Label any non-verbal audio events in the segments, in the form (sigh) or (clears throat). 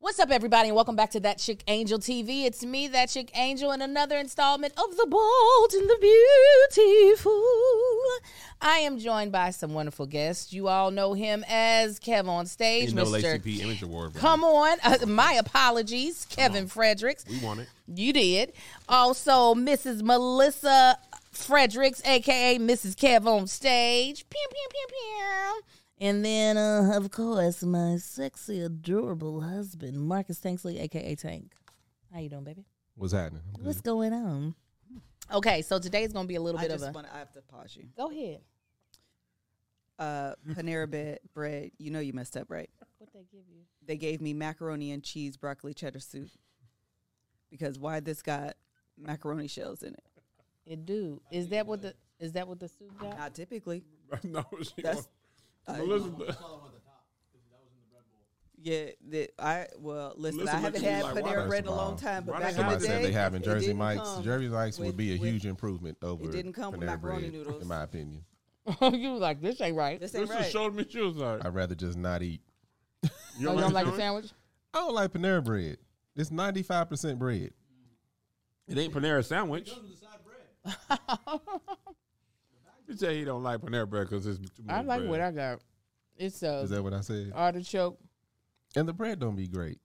What's up, everybody, and welcome back to That Chick Angel TV. It's me, That Chick Angel, and another installment of The Bold and the Beautiful. I am joined by some wonderful guests. You all know him as Kev on stage, No Mr. LACP Image Award. bro. Come on, Uh, my apologies, Kevin Fredericks. We want it. You did. Also, Mrs. Melissa Fredericks, aka Mrs. Kev on stage. Pew, pew, pew, pew. And then, uh, of course, my sexy, adorable husband, Marcus Tanksley, aka Tank. How you doing, baby? What's happening? Mm. What's going on? Okay, so today's gonna be a little I bit of just a want to. I have to pause you. go ahead. Uh, (laughs) Panera Bre- bread. You know you messed up, right? What they give you? They gave me macaroni and cheese, broccoli cheddar soup. Because why this got macaroni shells in it? It do. Is that what the is that what the soup got? Not typically. (laughs) no, she That's uh, won't. I- Melissa- oh, (laughs) yeah. The, I well listen. Listen, I haven't Richie, had like, why Panera does- bread in a Wow. long time, but Why back does in the Somebody day, said they having it Jersey didn't Mike's. come. Jersey Mike's with- would be a with- huge improvement over. didn't come with Panera macaroni Bread, noodles. in my opinion. (laughs) you like this ain't right. This ain't Melissa right. showed me she was like, I'd rather just not eat. you oh, you don't like the Panera? sandwich? I don't like Panera bread. It's ninety five percent bread. It ain't Panera sandwich. (laughs) You say he don't like Panera bread because it's too much I like bread. what I got. It's Is a that what I said? artichoke. And the bread don't be great.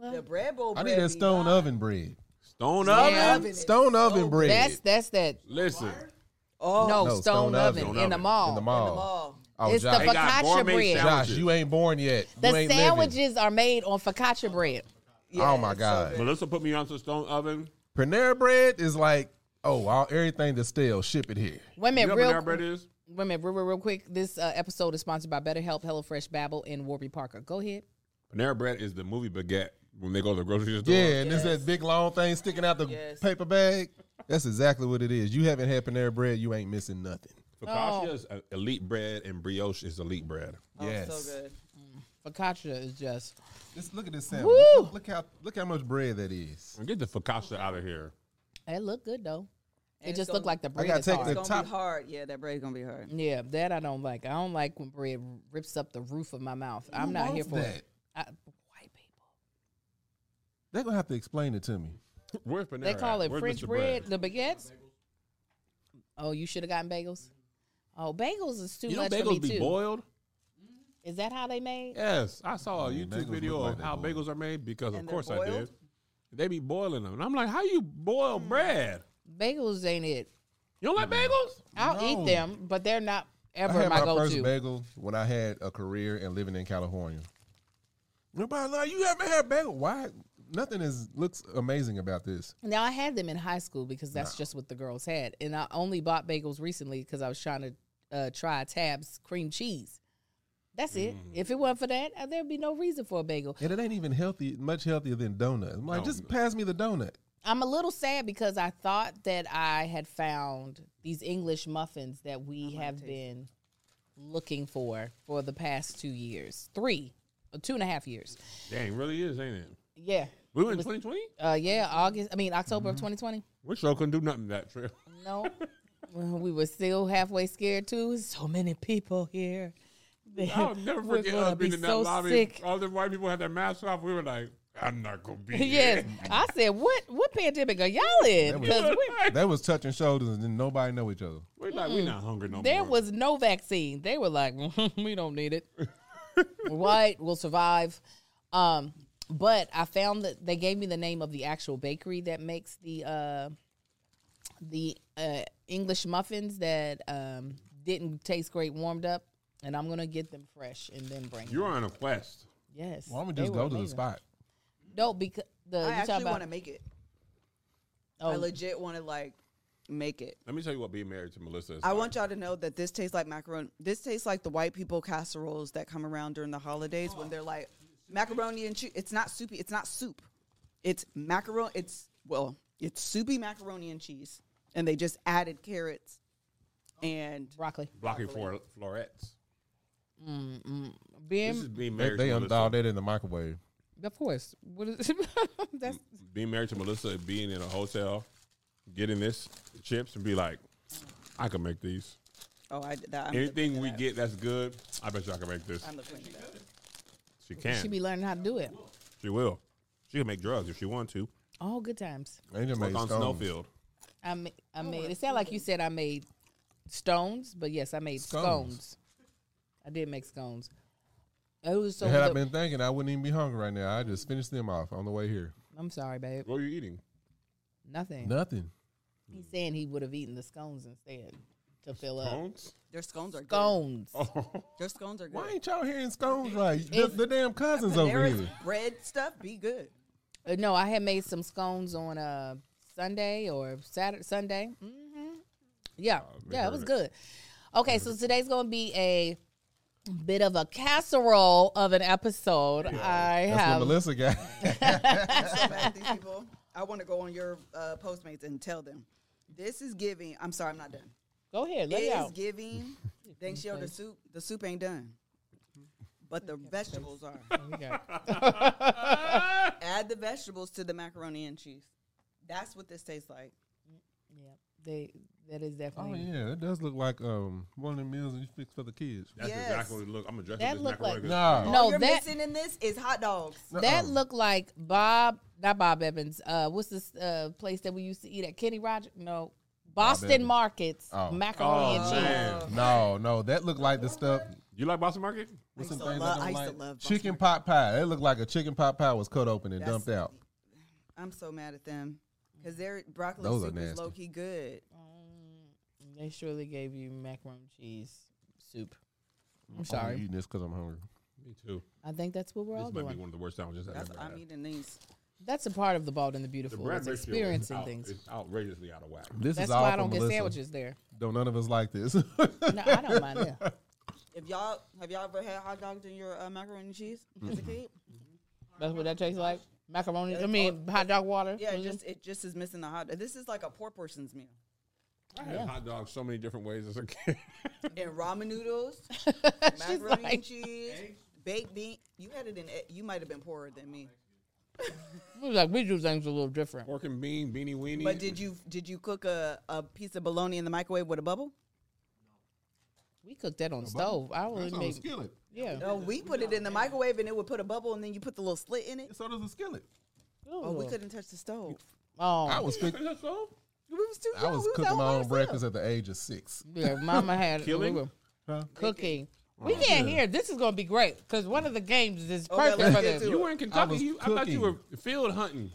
The bread bowl. I Bread need that be stone hot. oven bread. Stone Yeah. oven. Oven is Stone oven so bread. That's that's that. Listen, Oh, No, No, stone, Stone oven, Oven. in the Stone mall. in the in mall. the mall. Oh, It's Josh, the They got focaccia gourmet bread. salad. Josh, you ain't born yet. you The ain't Living. sandwiches are made on focaccia bread. Yeah, oh my it's so God! good. Melissa put me on some stone oven. Panera bread is like oh, all, everything that's stale, ship it here. Wait a You minute, know what real, Panera bread is? wait a minute, real, real, real quick. This uh, episode is sponsored by BetterHelp, HelloFresh, Babbel, and Warby Parker. Go ahead. Panera bread is the movie baguette when they go to the grocery store. Yeah, and it's that big long thing sticking out the Yes. paper bag. That's exactly what it is. You haven't had Panera bread, you ain't missing nothing. Focaccia is uh, elite bread and brioche is elite bread. Oh, yes. so good. Focaccia is just Just look at this sandwich. Look, Woo! look how look how much bread that is. And get the focaccia out of here. it looked good though. And it it's just gonna- looked like the bread gotta is take hard. the- It's gonna top- be hard. Yeah, that bread's gonna be hard. yeah, that I don't like. I don't like when bread rips up the roof of my mouth. I'm Who not here wants for that? it. I, white people. They're gonna have to explain it to me. Where's Panera? They call at? it Where's French Mr. bread, the baguettes. Oh, you should have gotten bagels. Oh, bagels is too You know much for bagels me be too. boiled? Is that how they made? Yes, I saw a Yeah, bagels YouTube look video like of they how boiled. bagels are made because, of And they're course, I boiled? did. They be boiling them, and I'm like, "How you boil Mm. bread? Bagels ain't it. You don't like bagels? I'll No. eat them, but they're not I ever had my, my, go-to. first bagel when I had a career and living in California. Nobody like you haven't had bagel. Why? Nothing is looks amazing about this. now I had them in high school because that's just what the girls had, and I only bought bagels recently because I was trying to uh, try Tab's cream cheese. That's it. Mm-hmm. If it wasn't for that, uh, there'd be no reason for a bagel. And it ain't even healthy, much healthier than donuts. I'm like, No, just no. pass me the donut. I'm a little sad because I thought that I had found these English muffins that we have been looking for for the past two years, three, uh, two and a half years. Dang, really is, ain't it? Yeah, We were in 2020. uh, yeah, August. I mean, October of Mm-hmm. 2020. We sure couldn't do nothing that (laughs) trip. No. Well, we were still halfway scared too. So many people here. (laughs) I'll never We're forget gonna us being be in that so lobby. Oh, sick. All the white people had their masks off. We were like, "I'm not gonna (laughs) be yes. (laughs) I said, what what pandemic are y'all in? That was- Because here." we- Like, They was touching shoulders and then nobody know each other. we're like, we're not hungry no there more. was no vaccine. They were like, (laughs) we don't need (laughs) it. right, we'll survive. Um, but I found that they gave me the name of the actual bakery that makes the uh, the uh, English muffins that um, didn't taste great warmed up, and I'm gonna get them fresh and then bring. You're them. on a quest. Yes. Why don't we they just were go to the amazing. spot? No, because the I you talking actually about want to make it. oh, I legit want to like make it. Let me tell you what being married to Melissa is. I like. want y'all to know that this tastes like macaroni. This tastes like the white people casseroles that come around during the holidays when they're like macaroni and cheese. It's not soupy. It's not soup. It's macaroni. It's well, it's soupy macaroni and cheese, and they just added carrots and broccoli. blocking for florets. This is Being being They, married. they to Melissa. unthawed that in the microwave. of course. What is (laughs) that's being married to Melissa, being in a hotel, getting this chips, and be like, I can make these. oh, I did that. I'm the Anything queen we of that. get that's good, I bet you I can make this. I'm the queen of that. She can. she be learning how to do it. She will. She can make drugs if she want to. Oh, good times. Angel Work made on stones. Snowfield. I ma- I made. It sounded like you said I made stones, but yes, I made scones. Scones. I did make scones. It was so. And had I the- been thinking, I wouldn't even be hungry right now. I just finished them off on the way here. I'm sorry, babe. What are you eating? Nothing. Nothing. He's saying he would have eaten the scones instead to fill up. Bones? Their scones are good. Scones. Oh. Their scones are Why good. ain't y'all hearing scones right? The, the damn cousins over Panera's (laughs) here. bread stuff be good. Uh, No, I had made some scones on uh, Sunday or Saturday Sunday. hmm Yeah, Oh, yeah, it was good. Okay, so today's going to be a bit of a casserole of an episode. I That's have what (laughs) Melissa got. (laughs) I'm so mad at these people. I want to go on your uh, Postmates and tell them this is giving. I'm sorry, I'm not done. Go ahead, It lay it is out. giving. Then she the soup. The soup ain't done, but the vegetables are. We got- Add the vegetables to the macaroni and cheese. That's what this tastes like. yeah, they that is oh definitely yeah, it does look like um one of the meals that you fix for the kids. That's Yes. exactly what it look. I'm gonna dress That up this look macaroni like- good. Nah. No, All you're that- missing in this is hot dogs. that Uh-uh. looked like Bob, not Bob Evans. Uh, what's this uh place that we used to eat at? Kenny Rogers? No, Boston Evans. Markets Oh. macaroni Oh, and cheese. man. No, no, that looked like the stuff. You like Boston Market? What's I some used to things love- I I don't used to like? love Boston chicken pot pie. It looked like a chicken pot pie was cut open and That's- dumped out. I'm so mad at them because their broccoli Those are soup is nasty. low key good. Um, they surely gave you macaroni and cheese soup. I'm sorry. I'm eating this because I'm hungry. Me too. I think that's what we're all This might be doing. one of the worst sandwiches I've That's ever I'm had. eating these. That's a part of the bold and the The beautiful. bread is ratio is experiencing out- things. is outrageously out of whack. This That's is all why I from don't get Melissa. sandwiches there. Don't none of us like this. (laughs) No, I don't mind that. If y'all have y'all ever had hot dogs in your uh, macaroni and cheese as a kid? That's what that tastes like. Macaroni. I mean, hot dog water. Yeah, it Mhm. just it just is missing the hot. This is like a poor person's (laughs) meal. I had hot dogs so many different ways as a kid. And ramen (laughs) noodles, She's macaroni like, and cheese, baked bean. You had it in. e- You might have been poorer than me. she's like, we do things a little different. Pork and bean, beanie weenie. But did you did you cook a, a piece of bologna in the microwave with a bubble? We cook that on the stove. I That's would on a make. skillet. Yeah. Oh, No, Oh, we put it in the microwave and it would put a bubble, and then you put the little slit in it. So does a skillet. Oh, we Ooh. couldn't touch the stove. I Oh, was cook- That's all. We was too I young. was we cooking my out by own ourselves. breakfast at the age of six. yeah. Mama had (laughs) Killing? we were Huh? cooking. We can't Yeah. hear. This is gonna be great because one of the games is Okay, perfect let's for get this. to it. You were in Kentucky. I, was you, I thought you were cooking. field hunting.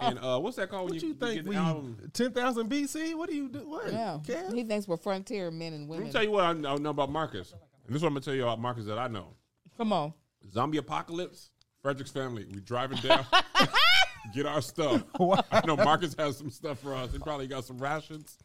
and uh, what's that called? What when you think get the we album? ten thousand BC? What do you do? What? Yeah. Kev? He thinks we're frontier men and Let me women. tell you what I I know about Marcus. And this is what I'm gonna tell you about Marcus that I know. Come on. (laughs) Zombie apocalypse. Frederick's family. We driving down. (laughs) get our stuff. I know Marcus has some stuff for us. He probably got some rations.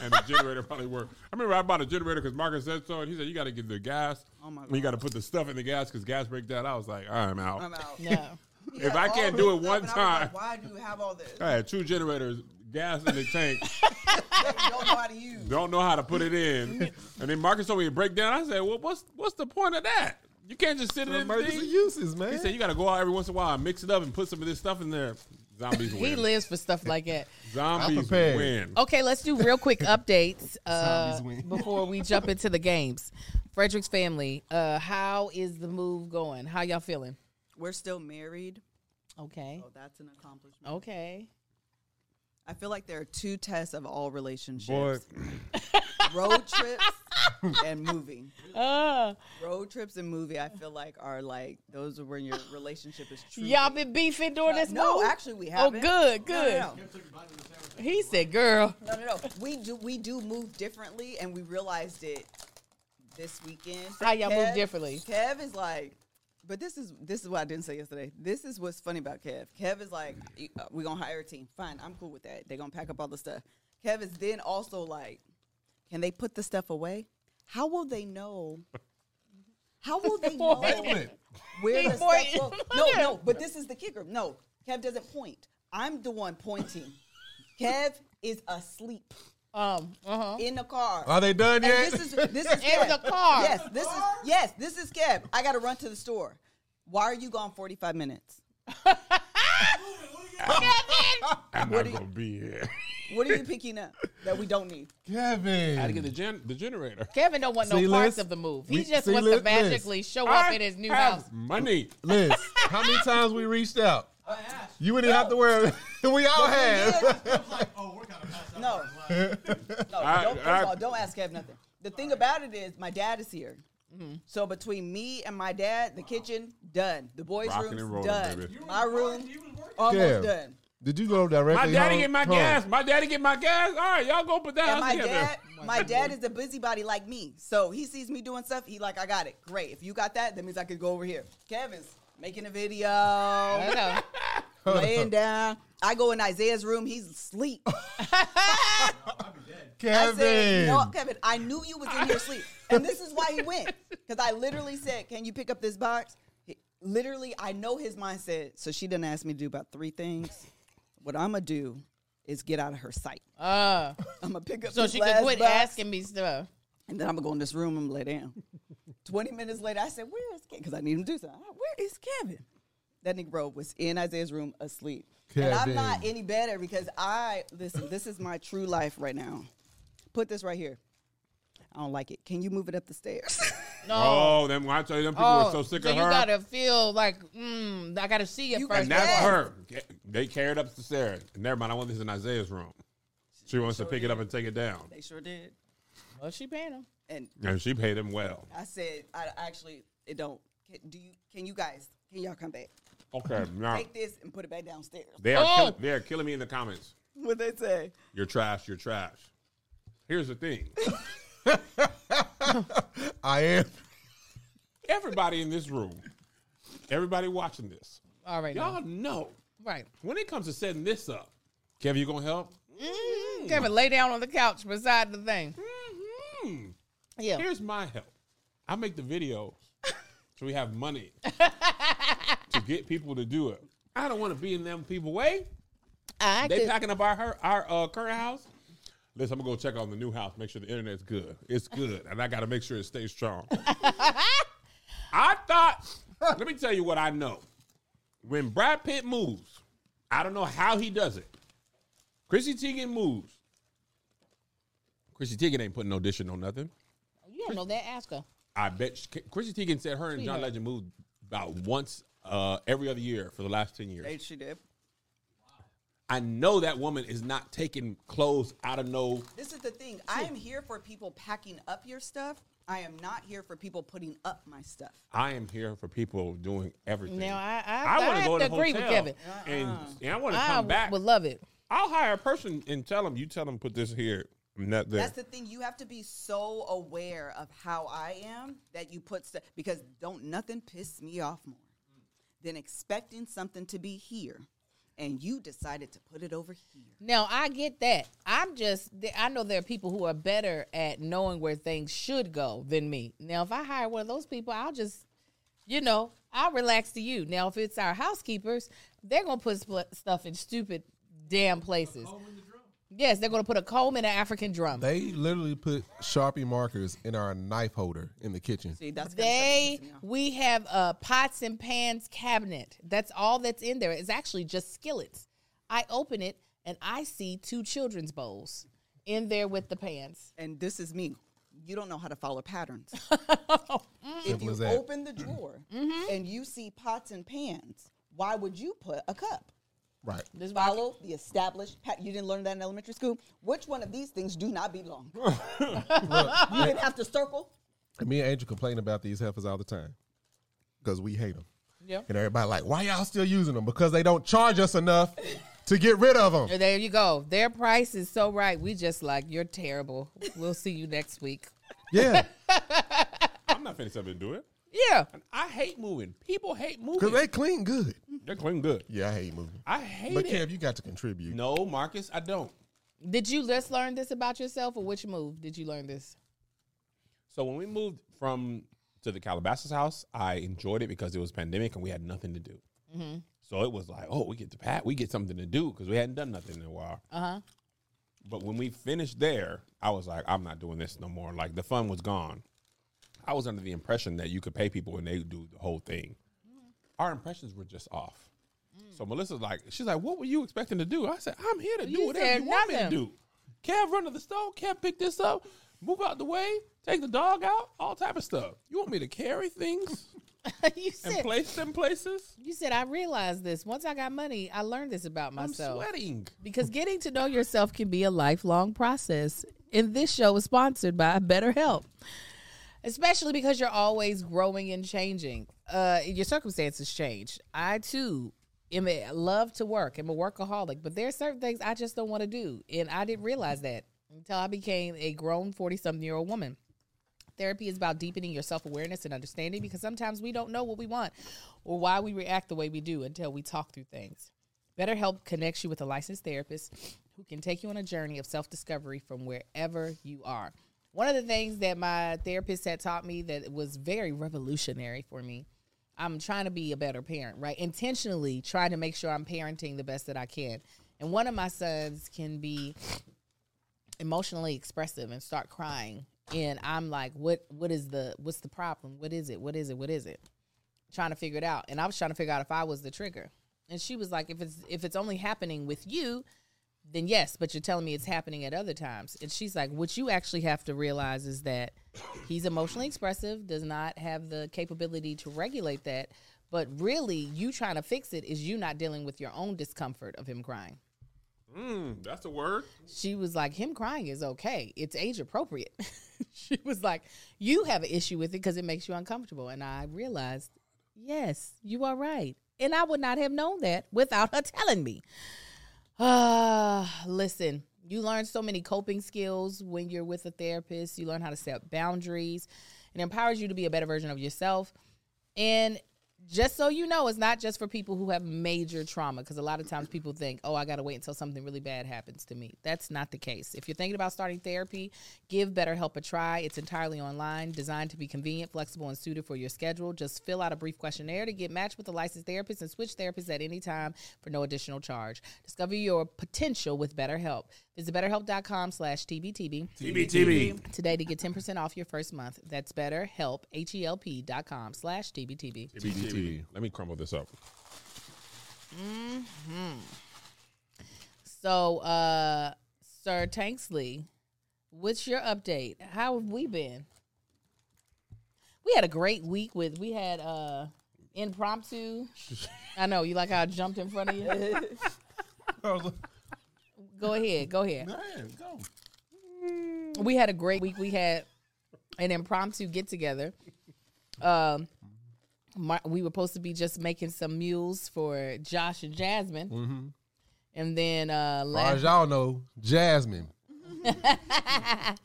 and the generator probably worked. I remember I bought a generator because Marcus said so, and he said you got to get the gas. Oh my You got to put the stuff in the gas because gas break down. I was like, all right, I'm out. I'm out. Yeah. We If had I all can't this do it stuff, one and I was time- like, why do you have all this? I had two generators, gas in the tank. That you don't know how to use. don't know how to put it in. And then Marcus told me to break down. I said, well, what's what's the point of that? You can't just sit in For the emergency thing. uses, man. He said you got to go out every once in a while and mix it up and put some of this stuff in there. Zombies He win. lives for stuff like that. I'm Zombies prepared. win. Okay, let's do real (laughs) quick updates uh, Zombies win. before we jump into the games. Frederick's family, uh, how is the move going? How y'all feeling? We're still married. Okay. Oh, that's an accomplishment. Okay. I feel like there are two tests of all relationships: Boy, road trips and moving. Uh, Road trips and movie, I feel like are like those are when your relationship is true. y'all been beefing during this Uh, no, move? actually we Oh, haven't. good, No, good. No no. He said, girl. no, no, no. We do we do move differently, and we realized it this weekend. How y'all move differently? Kev is like, but this is this is what I didn't say yesterday. This is what's funny about Kev. Kev is like, "You- uh, we gonna hire a team. Fine, I'm cool with that. They gonna pack up all the stuff. Kev is then also like, can they put the stuff away? How will they know? How will they know? Wait. where He the pointing. stuff (laughs) goes. No, no, but this is the kicker. No, Kev doesn't point. I'm the one pointing. Kev is asleep Um, uh-huh. in the car. Are they done and yet? this is this (laughs) is In Kev. the car. Yes, this is yes, this is Kev. I gotta run to the store. Why are you gone 45 minutes? I'm not gonna be here. What are you picking up that we don't need? (laughs) Kevin. How to get the gen the generator? Kevin don't want no See, parts Liz? of the move. We- He just see, wants Liz? to Liz. magically show up I in his new have house. Money. Liz, how many times we reached out? You wouldn't have to wear it. (laughs) We all (laughs) have. oh, No. No, I- don't, first I- of all, don't ask Kev nothing. The thing about it is, my dad is here. Mm-hmm. So between me and my dad, the kitchen done, the boys' Rocking room's and rolling, done, baby. You my room almost Kev, done. Did you go directly? My daddy home? get my home? gas. My daddy get my gas. All right, y'all go put that And house my together. dad, my dad is a busybody like me. So he sees me doing stuff. He like, I got it. Great. If you got that, that means I could go over here. Kevin's making a video, (laughs) I know. laying down. I go in Isaiah's room. He's asleep. Kevin. I said, no, Kevin, I knew you was in your sleep. And this is why he went. Because I literally said, can you pick up this box? He- literally, I know his mindset. So she didn't ask me to do about three things. What I'm going to do is get out of her sight. Uh, I'm going to pick up so this she could last quit box, asking me stuff. And then I'm going to go in this room and lay down. (laughs) 20 minutes later, I said, where is Kevin? Because I need him to do something. I- Where is Kevin? That nigga bro was in Isaiah's room asleep. And I'm not Kevin. any better because I, listen, this is my true life right now. Put this right here. I don't like it. Can you move it up the stairs? (laughs) No. Oh, then when I tell you, them people were so sick of you her. gotta feel like, mm, I gotta see it You- first. and that's Yes. her. Get- They carried up the stairs. Never mind. I want this in Isaiah's room. She wants to pick it up and take it down, they sure did. Well, she paying him. And and she paid him well. I said, I actually, it don't. Can, do you? Can you guys? Can y'all come back? Okay, now Take this and put it back downstairs. (laughs) they are kill- Oh. they are killing me in the comments. What they say? You're trash. You're trash. Here's the thing. I am. (laughs) Everybody in this room, everybody watching this, All right, y'all know right. when it comes to setting this up. Kevin, you gonna help? Kevin, lay down on the couch beside the thing. Hmm. Yeah. Here's my help. I make the videos so we have money to get people to do it. I don't want to be in them people way. I (laughs) They could- packing up our her, our uh, current house. Listen, I'm gonna go check on the new house. Make sure the internet's good. It's good, and I gotta make sure it stays strong. I thought. Let me tell you what I know. When Brad Pitt moves, I don't know how he does it. Chrissy Teigen moves. Chrissy Teigen ain't putting no dishing on nothing. you don't know that. Ask her. I bet she, Chrissy Teigen said her and John Sweetheart. Legend moved about once uh, every other year for the last ten years. They she did. I know that woman is not taking clothes out of no. This is the thing. I am here for people packing up your stuff. I am not here for people putting up my stuff. I am here for people doing everything. Now, I- I- I wanna have to agree with Kevin. Uh-uh. and, and I want to I come w- back. would love it. I'll hire a person and tell them. You tell them put this here, not there. That's the thing. You have to be so aware of how I am that you put stuff because don't nothing piss me off more than expecting something to be here, and you decided to put it over here. Now I get that. I'm just th- I know there are people who are better at knowing where things should go than me. Now if I hire one of those people, I'll just you know, I'll relax to you. Now if it's our housekeepers, they're going to put spl- stuff in stupid damn places. Yes, they're going to put a comb in an African drum. They, They literally put Sharpie markers in our knife holder in the kitchen. See, that's we have a pots and pans cabinet. That's all that's in there. It's actually just skillets. I open it and I see two children's bowls in there with the pans. and this is me. You don't know how to follow patterns. if Simple you as that. open the drawer and you see pots and pans, why would you put a cup? Right. This is why I Follow the established pat. You didn't learn that in elementary school. Which one of these things do not belong? you didn't have to circle. And me and Angel complain about these heifers all the time because we hate them. Yeah. And everybody like, why y'all still using them? Because they don't charge us enough to get rid (laughs) of them. There you go. Their price is so right. We just like you're terrible. We'll see you next week. Yeah. I'm not finished up and do it. Yeah. And I hate moving. People hate moving. Because they clean good. They're clean good. Yeah, I hate moving. I hate But it. Kev, you got to contribute. no, Marcus, I don't. Did you just learn this about yourself, or which move did you learn this? (laughs) So when we moved from to the Calabasas house, I enjoyed it because it was pandemic and we had nothing to do. So it was like, oh, we get to pat, we get something to do because we hadn't done nothing in a while. Uh huh. But when we finished there, I was like, I'm not doing this no more. Like the fun was gone. I was under the impression that you could pay people and they do the whole thing. Our impressions were just off. Mm. So Melissa's like, she's like, what were you expecting to do? I said, I'm here to do You whatever said you want me to nothing. do. Can't run to the store, can't pick this up, move out the way, take the dog out, all type of stuff. You want me to (laughs) carry things you and said place them places? you said I realized this once I got money. I learned this about I'm myself sweating. because getting to know yourself can be a lifelong process. And this show is sponsored by BetterHelp, especially because you're always growing and changing. Uh, your circumstances change. I too am a, love to work. I'm a workaholic, but there are certain things I just don't want to do, and I didn't realize that until I became a grown forty-something year old woman. Therapy is about deepening your self awareness and understanding because sometimes we don't know what we want or why we react the way we do until we talk through things. BetterHelp connects you with a licensed therapist who can take you on a journey of self discovery from wherever you are. One of the things that my therapist had taught me that was very revolutionary for me I'm trying to be a better parent, right? Intentionally trying to make sure I'm parenting the best that I can. And one of my sons can be emotionally expressive and start crying and i'm like what what is the what's the problem what is it what is it what is it trying to figure it out and i was trying to figure out if i was the trigger and she was like if it's if it's only happening with you then yes but you're telling me it's happening at other times and she's like what you actually have to realize is that he's emotionally expressive does not have the capability to regulate that but really you trying to fix it is you not dealing with your own discomfort of him crying Mm, that's a word. she was like, him crying is okay. It's age appropriate. (laughs) she was like, you have an issue with it because it makes you uncomfortable. And I realized, yes, you are right. And I would not have known that without her telling me. Ah, listen, you learn so many coping skills when you're with a therapist. You learn how to set boundaries. It empowers you to be a better version of yourself. And just so you know, it's not just for people who have major trauma because a lot of times people think, oh, I got to wait until something really bad happens to me. That's not the case. If you're thinking about starting therapy, give BetterHelp a try. It's entirely online, designed to be convenient, flexible, and suited for your schedule. Just fill out a brief questionnaire to get matched with a licensed therapist and switch therapists at any time for no additional charge. Discover your potential with BetterHelp. Visit betterhelp.com slash TBTB TBTB. today to get 10% off your first month. That's betterhelp, H-E-L-P dot com slash TBTB. TBTB. Let me crumble this up. So, uh, Sir Tanksley, what's your update? How have we been? We had a great week with we had uh (laughs) impromptu. I know you like how I jumped in front of you. I was like, go ahead, go ahead. man, go. we had a great week. We had an impromptu get together. Um, my, we were supposed to be just making some mules for Josh and Jasmine, Mm-hmm. and then uh, Far last, as y'all know, Jasmine.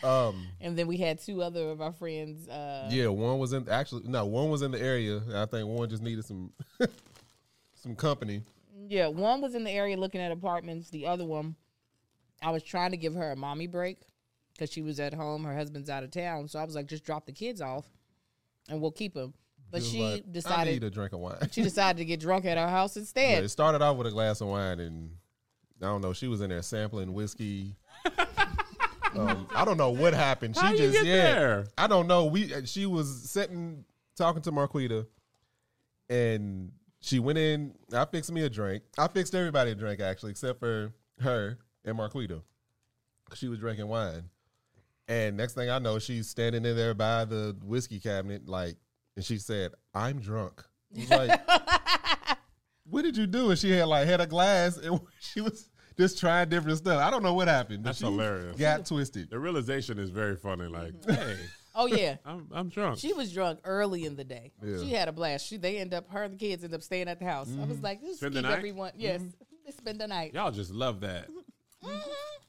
um, and then we had two other of our friends. Uh, yeah, one was in actually no, one was in the area. and I think one just needed some (laughs) some company. yeah, one was in the area looking at apartments. The other one, I was trying to give her a mommy break because she was at home. Her husband's out of town, so I was like, just drop the kids off, and we'll keep them. But was she like, I need decided a drink of wine. she decided to get drunk at our house Yeah, instead. it started off with a glass of wine, and I don't know. She was in there sampling (laughs) whiskey. um, I don't know what happened. She How you just get yeah. there? I don't know. We uh, she was sitting talking to Marquita, and she went in. I fixed me a drink. I fixed everybody a drink actually, except for her and Marquita. She was drinking wine, and next thing I know, she's standing in there by the whiskey cabinet, like, and she said, "I'm drunk." I was (laughs) like what did you do? And she had like had a glass and (laughs) she was just trying different stuff. I don't know what happened. but That's she hilarious. Got twisted. The realization is very funny. Like, hey, Oh yeah. I'm, I'm drunk. She was drunk early in the day. Yeah. She had a blast. She they end up her and the kids end up staying at the house. I Mm-hmm. was like, just Spend keep the night? everyone. Yes, Let's spend the night. Mm-hmm. Y'all just love that.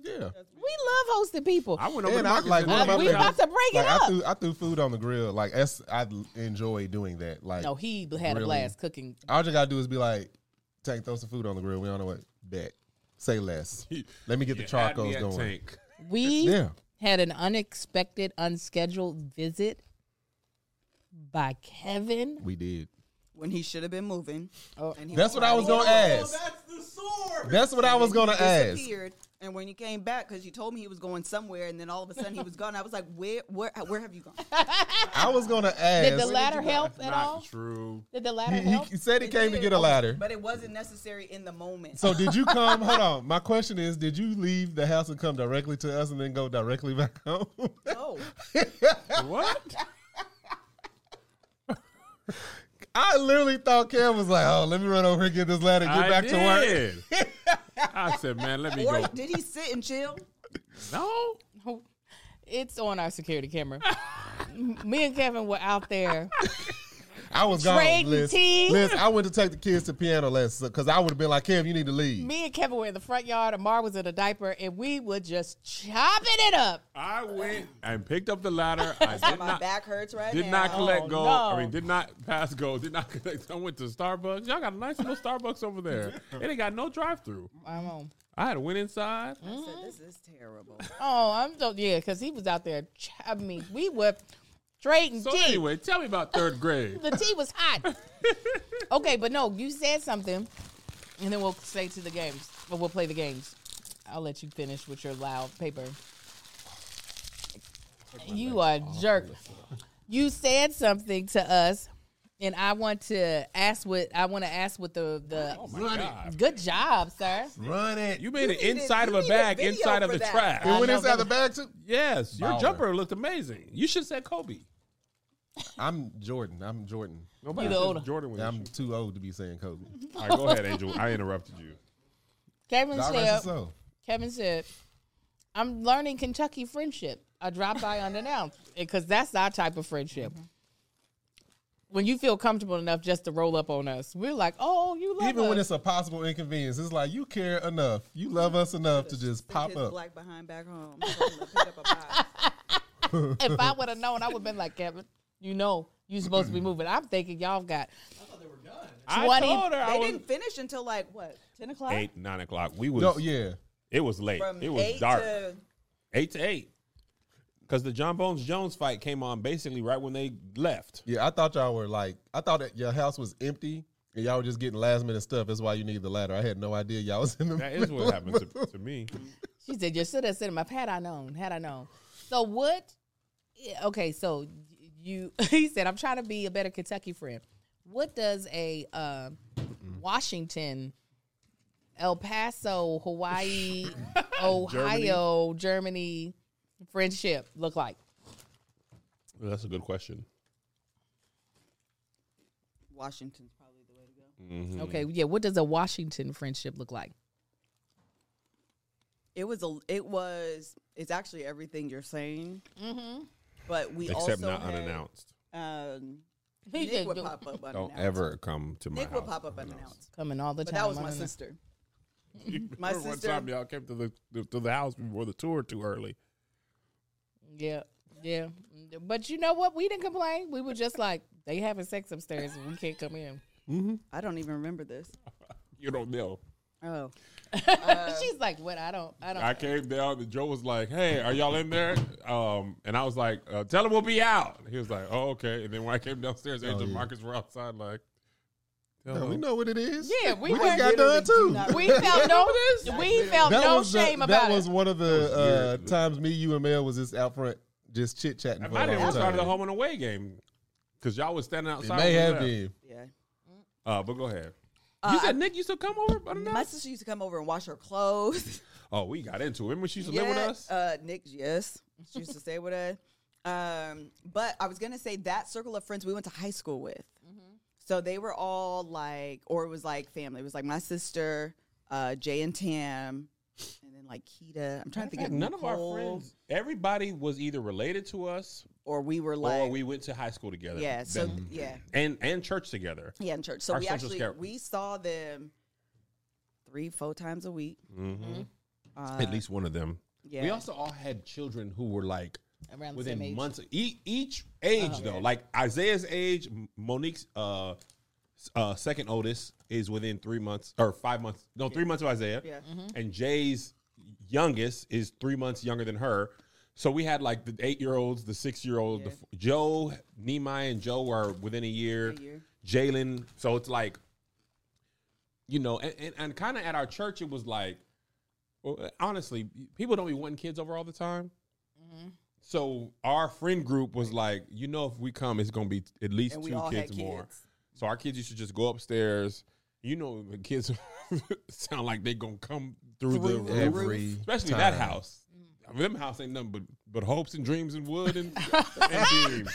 Yeah. We love hosting people. I went over And to I Marcus like and one of I- my we favorite- about to break it like, up. I threw, I threw food on the grill. Like that's I l- enjoy doing that. Like no, he had Really? a blast cooking. all you gotta do is be like, Tank, throw some food on the grill. We don't know what bet. Say (laughs) less. Let me get the You had me charcoals at going. Tank. We Yeah. had an unexpected, unscheduled visit by Kevin. We did. (laughs) when he should have been moving. Oh. and he That's what I was gonna ask. That's the sword. That's what I was gonna ask. Disappeared. And when you came back, because you told me he was going somewhere, and then all of a sudden he was gone, I was like, where, where, where have you gone? I was gonna ask. Did the ladder help at Not all? true. Did the (laughs) ladder he, help? he said he It came to did, get a ladder. Oh, but it wasn't necessary in the moment. So did (laughs) you come? hold on. My question is, did you leave the house and come directly to us and then go directly back home? (laughs) no, What? I literally thought Cam was like, "Oh, let me run over and get this ladder, and get I back to work." did. I said, man, let me or go. did he sit and chill? No. Oh, It's on our security (laughs) camera. Me and Kevin were out there. I was Trading gone. Liz. tea. Liz, I went to take the kids to piano lessons because I would have been like, "Cam, you need to leave." Me and Kevin were in the front yard. Amar was in a diaper, and we were just chopping it up. I went and picked up the ladder. I did My not, back hurts right did now. not collect Oh, gold. no. I mean, did not pass gold. Did not (laughs) collect. I went to Starbucks. Y'all got a nice little Starbucks over there. It ain't got no drive through. I'm on. I had went inside. I said, this is terrible. Oh, I'm so yeah, because he was out there. ch- I mean, we were trading So tea. anyway, tell me about third grade. The tea was hot. okay, but no, you said something, and then we'll say to the games. But we'll play the games. I'll let you finish with your loud paper. You are a jerk. You said something to us, and I want to ask what I want to ask what the the. Oh my God. Good job, sir. Run it. You made You it needed- inside you of a needed bag, video inside of for the that. it trap. went I know, inside but- the bag too. Yes, your Bauer. jumper looked amazing. You should say Kobe. I'm Jordan. I'm Jordan. Nobody You the says older. Jordan (laughs) with I'm you. too old to be saying Kobe. All right, go ahead, Angel. I interrupted you. Kevin All right, said. so Kevin said, I'm learning Kentucky friendship. I dropped by (laughs) unannounced because that's our type of friendship. Mm-hmm. When you feel comfortable enough just to roll up on us, we're like, oh, you love even us. when it's a possible inconvenience, it's like you care enough, you love us enough to just (laughs) Sent pop his up. black behind back home. Told him to pick up (laughs) a pie. if I would have known, I would have been like, Kevin, you know, you're supposed Mm-hmm. to be moving. I'm thinking y'all got I 20 told her I They was didn't finish until like what ten o'clock. eight, nine o'clock. We was No, yeah. it was late. From it was eight dark. to Eight to eight. Because the John Bones Jones fight came on basically right when they left. Yeah, I thought y'all were like, I thought that your house was empty and y'all were just getting last minute stuff. That's why you need the ladder. I had no idea y'all was in the. That is what happened to, to me. She said, "You should have said my pad. I known. Had I known." So what? yeah, Okay, so you. (laughs) He said, "I'm trying to be a better Kentucky friend." What does a uh, Washington, El Paso, Hawaii, Ohio, Germany. friendship look like? That's a good question. Washington's probably the way to go. Okay, yeah. What does a Washington friendship look like? It was a. It was. It's actually everything you're saying. Mm-hmm. But we Except also not had, unannounced. Um, He Nick just would do- pop up unannounced. Don't ever come to my Nick house. would pop up (laughs) unannounced. coming all the But time. that was I my don't know. sister. My Remember sister- One time y'all came to the to the house before the tour too early. Yeah, yeah. But you know what? We didn't complain. We were just like they having sex upstairs and we can't come in. I don't even remember this. You don't know. Oh, She's like, "What? I don't. I don't." I came down and Joe was like, "Hey, are y'all in there?" Um, and I was like, uh, "Tell him we'll be out." He was like, "Oh, okay." And then when I came downstairs, Angel and yeah. Marcus were outside like, "Tell No, (laughs) we him." know what it is. Yeah, we we were- just got done too. (laughs) not- We felt (laughs) no. We felt That no was the- shame That about was it. one of the uh, weird. times me, you, and Mel was just out front, just chit chatting. I for a might have long even started time. the home and away game because y'all was standing It outside. may when we have left. been. yeah. Uh, but go ahead. Uh, you I- said Nick used to come over, but My sister used to come over and wash her clothes. (laughs) oh, we got into it. Remember she used to live with Yeah, us. Uh, Nick, yes. She used to stay with us. Um, but I was going to say that circle of friends we went to high school with. So they were all like, or it was like family. It was like my sister, uh, Jay and Tam, and then like Keita. I'm trying to think of None of our Nicole, friends. Everybody was either related to us Or we were or like, Oh, we went to high school together. yeah. So, Them- yeah. and and church together. Yeah, in church. So Our we social actually, scare- we saw them three, four times a week. Mhm. Uh, At least one of them. yeah. We also all had children who were like Around the same within age. months. E- each age Oh, though, like Isaiah's age, M- Monique's uh, s- uh, second oldest is within three months or five months. No, three months of Isaiah. Yeah. And Jay's youngest is three months younger than her. So we had like the eight year olds, the six year old, the f- Joe, Nehemiah, and Joe are within a year. A year. Jalen. So it's like, you know, and, and, and kind of at our church, it was like Well, honestly, people don't be wanting kids over all the time. Mm-hmm. So our friend group was like, you know, if we come, it's gonna be at least And we two all had kids more. kids. So our kids used to just go upstairs. You know, the kids (laughs) sound like they gonna come through, the Through roof, the roof. Every especially that time. house. I mean, them house ain't nothing but but hopes and dreams and (laughs) wood and, and beams.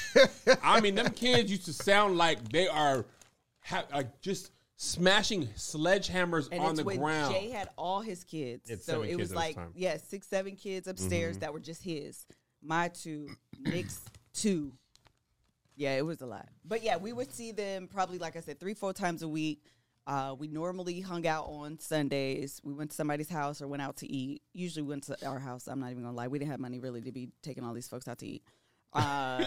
I mean, them kids used to sound like they are ha- like just smashing sledgehammers And on it's the when ground. Jay had all his kids. It's so seven it kids was at this like, time. yeah, six, seven kids Mm-hmm. upstairs that were just his. My two, Nick's two. Yeah, it was a lot. But yeah, we would see them probably, like I said, three, four times a week. Uh, we normally hung out on Sundays. We went to somebody's house or went out to eat. Usually went to our house. I'm not even gonna lie, we didn't have money really to be taking all these folks out (laughs) to eat. Uh,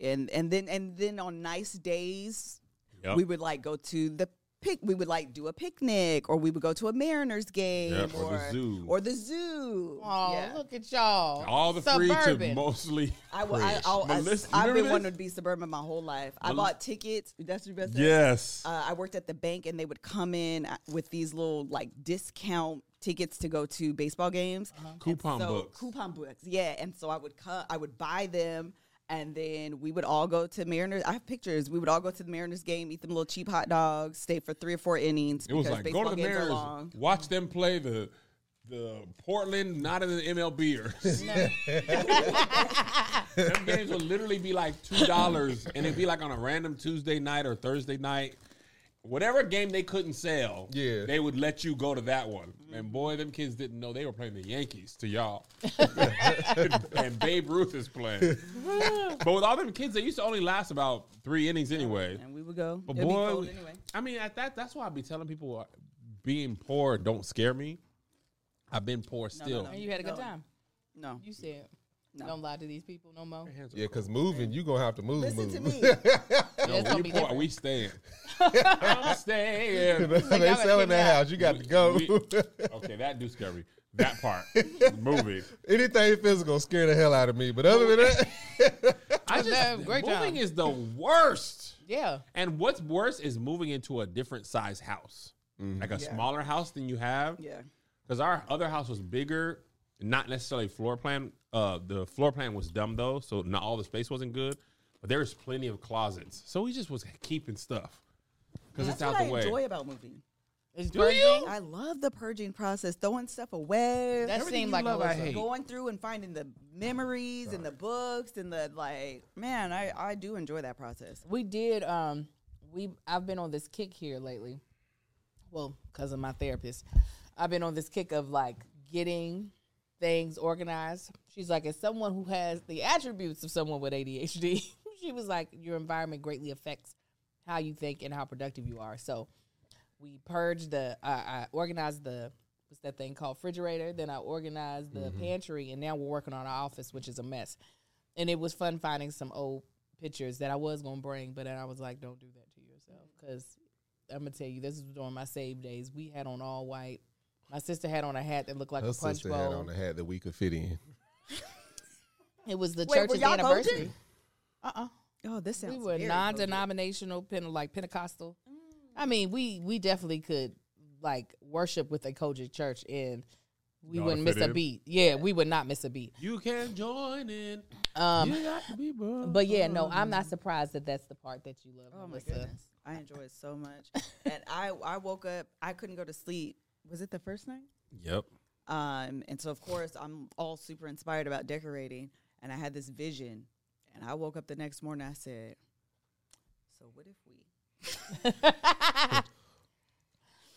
and and then and then on nice days, Yep. we would like go to the pic. We would like do a picnic, or we would go to a Mariners game, Yep, or the zoo. or the zoo. Oh, Yeah. look at y'all. All the free to Suburban. mostly. I, w- I, Chris. I'll- I, Melissa- you have remember been this? wanting to be suburban my whole life. I Mel- bought tickets. That's the best. thing. (laughs) Yes. Uh, I worked at the bank, and they would come in uh, with these little like discount tickets to go to baseball games. Coupon so books. coupon books yeah and so i would cut i would buy them and then we would all go to mariners i have pictures we would all go to the mariners game eat them little cheap hot dogs stay for three or four innings It was because like baseball go to the games are Mariners, long. watch them play the the Portland, not in the MLBers. (laughs) them games would literally be like two dollars, and it'd be like on a random Tuesday night or Thursday night. Whatever game they couldn't sell, Yeah. they would let you go to that one. And boy, them kids didn't know they were playing the Yankees (laughs) to y'all. and Babe Ruth is playing. but with all them kids, they used to only last about three innings anyway. and we would go But It'd be boy, cold we- anyway. I mean, at that that's why I be telling people uh, being poor don't scare me. I've been poor still. no. And you had a good No. time. no You said, No. don't lie to these people no more. Hands are Yeah, because moving, you going to have to move. listen move. to me cold. That's When gonna you be poor, different. we staying. (laughs) I'm (laughs) staying. they gotta kick selling me that out. house. You got to go. We- (laughs) okay, that do scary. That part, moving. (laughs) Anything physical scare the hell out of me. But other than that, I just Damn, great moving job. is the worst. Yeah. And what's worse is moving into a different size house, like a smaller house than you have. yeah because our other house was bigger, not necessarily floor plan. Uh, the floor plan was dumb though, so not all the space wasn't good. But there was plenty of closets, so we just was keeping stuff because that's it's out what the i way. enjoy about moving It's Do you? i love the purging process throwing stuff away That Everything seemed you like love, I Melissa. hate. going through and finding the memories and the books and the like man i i do enjoy that process We did. Um, we I've been on this kick here lately. Well, because of my therapist, I've been on this kick of like getting things organized. She's like, as someone who has the attributes of someone with ADHD, (laughs) she was like, your environment greatly affects how you think and how productive you are. So we purged the, I I organized the, what's that thing called refrigerator? Then I organized the Mm-hmm. pantry, and now we're working on our office, which is a mess. And it was fun finding some old pictures that I was gonna bring, but then I was like, don't do that to yourself, because I'm gonna tell you, this is during my save days. We had on all white. My sister had on a hat that looked like her a punch sister had bowl. on a hat that we could fit in. It was the Wait, were church's y'all voting? anniversary. uh-uh oh this sounds We were very non-denominational, pen, like Pentecostal. I mean, we we definitely could like worship with a Kojic church, and we Y'all wouldn't fit miss a in? beat. Yeah, we would not miss a beat. You can join in. Um, you got to be born. But yeah, no, I'm not surprised that that's the part that you love. Oh my Melissa. goodness. I enjoy it so much. and I I woke up, I couldn't go to sleep. Was it the first night? Yep. Um and so of course I'm all super inspired about decorating and I had this vision and I woke up the next morning I said, "So what if we (laughs)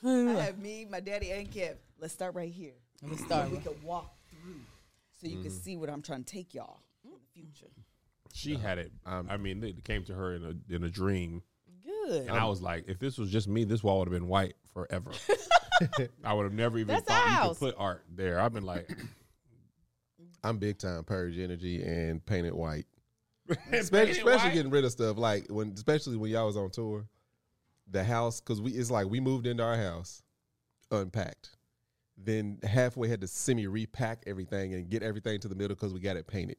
I have me, my daddy and Kev. Let's start right here. Let me start. We can walk through so you can see what I'm trying to take y'all in the future." Mm. She had it. Um, I mean, it came to her in a in a dream, Good. and I was like, if this was just me, this wall would have been white (laughs) forever. I would have never even That's thought our you house. could put art there. I've been like, (coughs) I'm big time purge energy and painted white. (laughs) paint especially, it especially white? getting rid of stuff like when especially when y'all was on tour the house because we it's like we moved into our house unpacked then halfway had to semi repack everything and get everything to the middle because we got it painted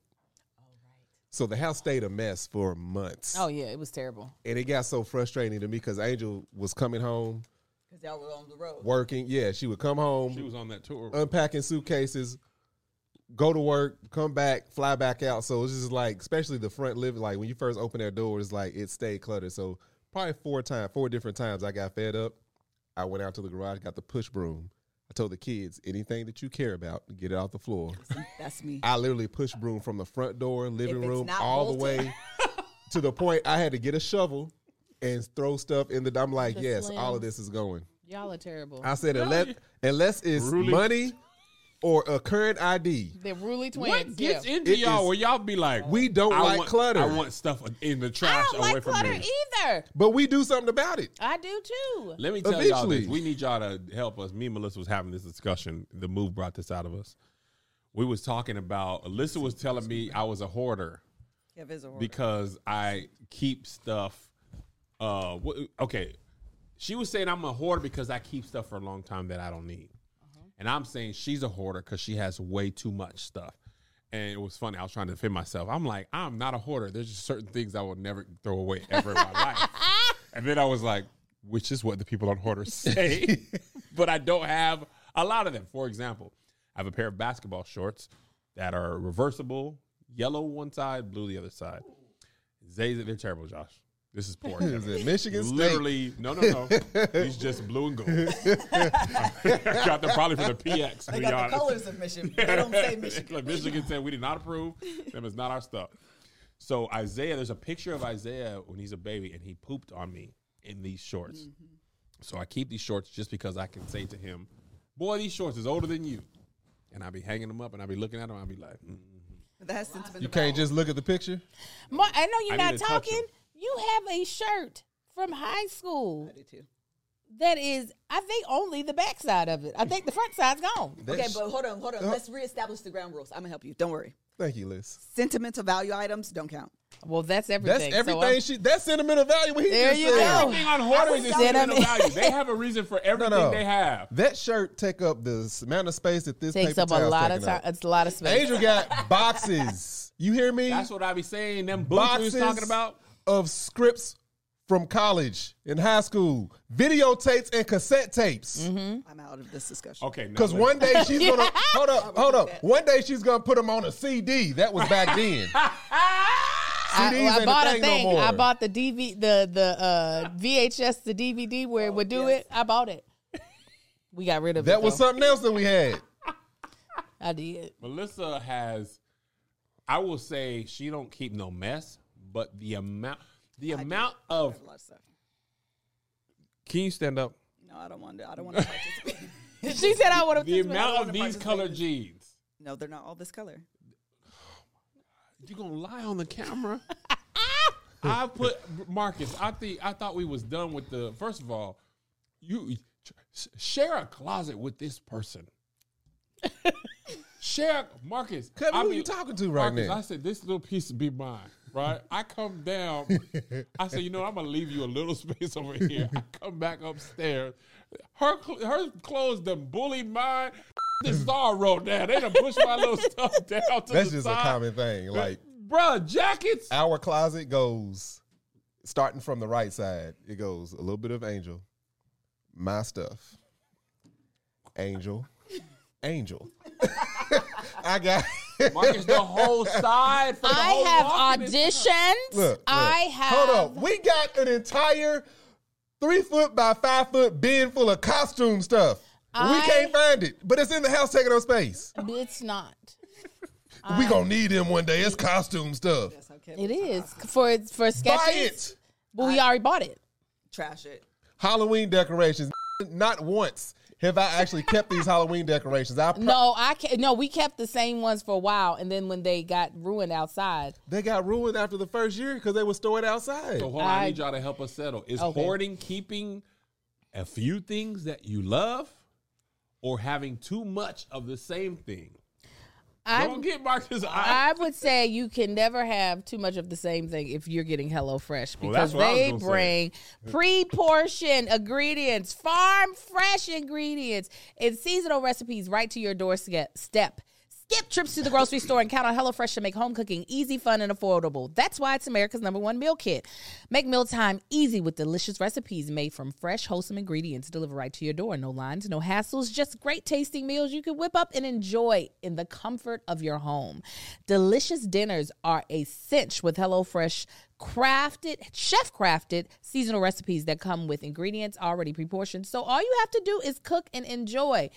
so the house stayed a mess for months Oh yeah, it was terrible. and it got so frustrating to me because angel was coming home because y'all were on the road. working. Yeah, she would come home, She was on that tour. unpacking suitcases, go to work, come back, fly back out. So it's just like, especially the front living, like when you first open their doors, like it stayed cluttered. So probably four times, four different times, I got fed up. I went out to the garage, got the push broom. I told the kids, anything that you care about, get it off the floor. (laughs) That's me. I literally push broom from the front door, living it's room, not all the bolted. way to the point I had to get a shovel and throw stuff in the. I'm like, The yes, all slams. of this is going. Y'all are terrible. I said unless unless it's Really? money or a current ID. They're Ruly twins. what gets yeah. into It y'all is- where y'all be like, We don't I like want, clutter. I want stuff in the I trash don't away like from clutter me. either. But we do something about it. I do too. Let me tell y'all this. Eventually. We need y'all to help us. Me and Melissa was having this discussion. The move brought this out of us. We was talking about Alyssa was telling me I was a hoarder Kev is a hoarder. because I keep stuff uh wh- okay. She was saying I'm a hoarder because I keep stuff for a long time that I don't need. And I'm saying she's a hoarder because she has way too much stuff. And it was funny. I was trying to defend myself. I'm like, I'm not a hoarder. There's just certain things I will never throw away ever in my life. And then I was like, which is what the people on hoarders say, but I don't have a lot of them. For example, I have a pair of basketball shorts that are reversible, yellow one side, blue the other side. Zay, they're terrible, Josh. This is poor. Is it Michigan State? Literally, no, no, no. He's just blue and gold. (laughs) I got them probably from the PX. To They be got honest. the colors of Michigan. They don't say Michigan. Like, Michigan said we did not approve. Them is not our stuff. So Isaiah, there's a picture of Isaiah when he's a baby, and he pooped on me in these shorts. Mm-hmm. So I keep these shorts just because I can say to him, "Boy, these shorts is older than you," and I be hanging them up, and I be looking at them, I be like, mm. That has since been You can't just look at the picture. Mar- I know you're I not need to touch talking. him. You have a shirt from high school too. that is, I think, only the backside of it. I think the front side's gone. That Okay, sh- but hold on, hold on. Let's reestablish the ground rules. I'm gonna help you. Don't worry. Thank you, Liz. Sentimental value items don't count. Well, that's That's everything. So I'm- everything. she that's sentimental value. What he There just you said. go. "Everything on hoarders is I said, I sentimental mean- value. They have a reason for (laughs) everything no. they have." That shirt take up the s- amount of space that this takes paper up a towel's lot of taking time. up. It's a lot of space. (laughs) Angel got boxes. You hear me? That's what I be saying. Them boots we was boxes talking about. of scripts from college and high school, videotapes and cassette tapes. Mm-hmm. I'm out of this discussion. Okay, no, Because let- one day she's (laughs) gonna hold up, hold up. One day she's gonna put them on a CD. That was back then. (laughs) I, CDs ain't I a bought thing a no thing. more. I bought the DV, the the uh, VHS, the DVD where it would do it. I bought it. We got rid of it. Oh, That was though. something else that we had. I did. (laughs) Melissa has, I will say, she don't keep no mess, but the amount, the amount I of. have a lot of stuff. Can you stand up? No, I don't want to. I don't want to participate. She said I would have. The amount wanna of these participate colored in- jeans. no, they're not all this color. You gonna lie on the camera? I put Marcus. I think I thought we was done with the. First of all, you sh- share a closet with this person. share Marcus. Kevin, I who be- you talking to right Marcus, now? I said this little piece be mine, right? I come down. I said, you know, I'm gonna leave you a little (laughs) space over here. I come back upstairs. Her cl- her clothes done bullied mine. This star rolled down. They done pushed my little stuff down to That's just the a side. common thing. Like Bruh, jackets. our closet goes starting from the right side. It goes a little bit of Angel, my stuff, Angel, Angel. (laughs) I got Marcus, the whole side for the I whole have walking is- auditions. Look, look. I have. Hold on. We got an entire three foot by five foot bin full of costume stuff. I- we can't find it, but it's in the house taking up space. It's not. we gonna need them one day. It's costume stuff. That's okay. It is for for sketches. Buy it. But we already bought it. Trash it. Halloween decorations. Not once have I actually (laughs) kept these Halloween decorations. I pro- No, I can No, we kept the same ones for a while, and then when they got ruined outside, they got ruined after the first year because they were stored outside. So hold on, I, I- need y'all to help us settle. Is Okay. hoarding keeping a few things that you love, or having too much of the same thing? I Don't get Marcus. I, I would say you can never have too much of the same thing if you're getting HelloFresh Well, because that's what I was they gonna say. bring pre-portioned ingredients, farm fresh ingredients, and seasonal recipes right to your doorstep. Step. Skip trips to the grocery store and count on HelloFresh to make home cooking easy, fun, and affordable. That's why it's America's number one meal kit. Make mealtime easy with delicious recipes made from fresh, wholesome ingredients delivered right to your door. No lines, no hassles, just great tasting meals you can whip up and enjoy in the comfort of your home. Delicious dinners are a cinch with HelloFresh crafted, chef crafted seasonal recipes that come with ingredients already pre-portioned. So all you have to do is cook and enjoy.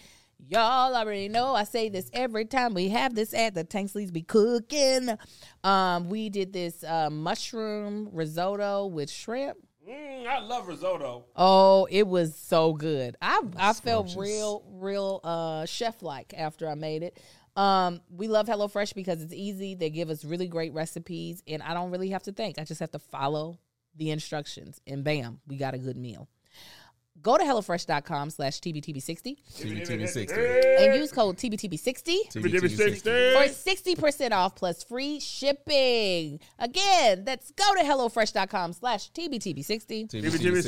Y'all already know I say this every time we have this at the Tanksleys be cooking. Um, we did this uh, mushroom risotto with shrimp. Mm, I love risotto. Oh, it was so good. I I felt real real uh chef like after I made it. Um, we love HelloFresh because it's easy. They give us really great recipes, and I don't really have to think. I just have to follow the instructions, and bam, we got a good meal. Go to HelloFresh.com slash TBTB60 TBTB60. and use code TBTB60 for 60% off plus free shipping. Again, that's go to HelloFresh.com slash TBTB60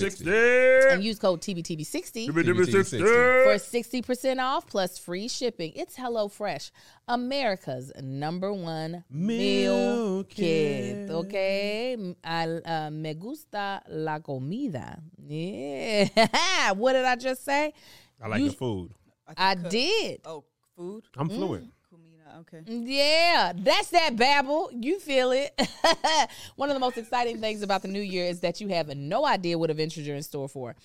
and use code TBTB60 for 60% off plus free shipping. It's HelloFresh, America's number one meal, Meal kit. kit. Okay? I, uh, me gusta la comida. Yeah. (laughs) what did I just say? I like You- the food. I did. Oh, food? Mm. I'm fluent. Kumina, okay. Mm. Yeah, that's that babble. You feel it. (laughs) One of the most exciting things about the new year is that you have no idea what adventures you're in store for.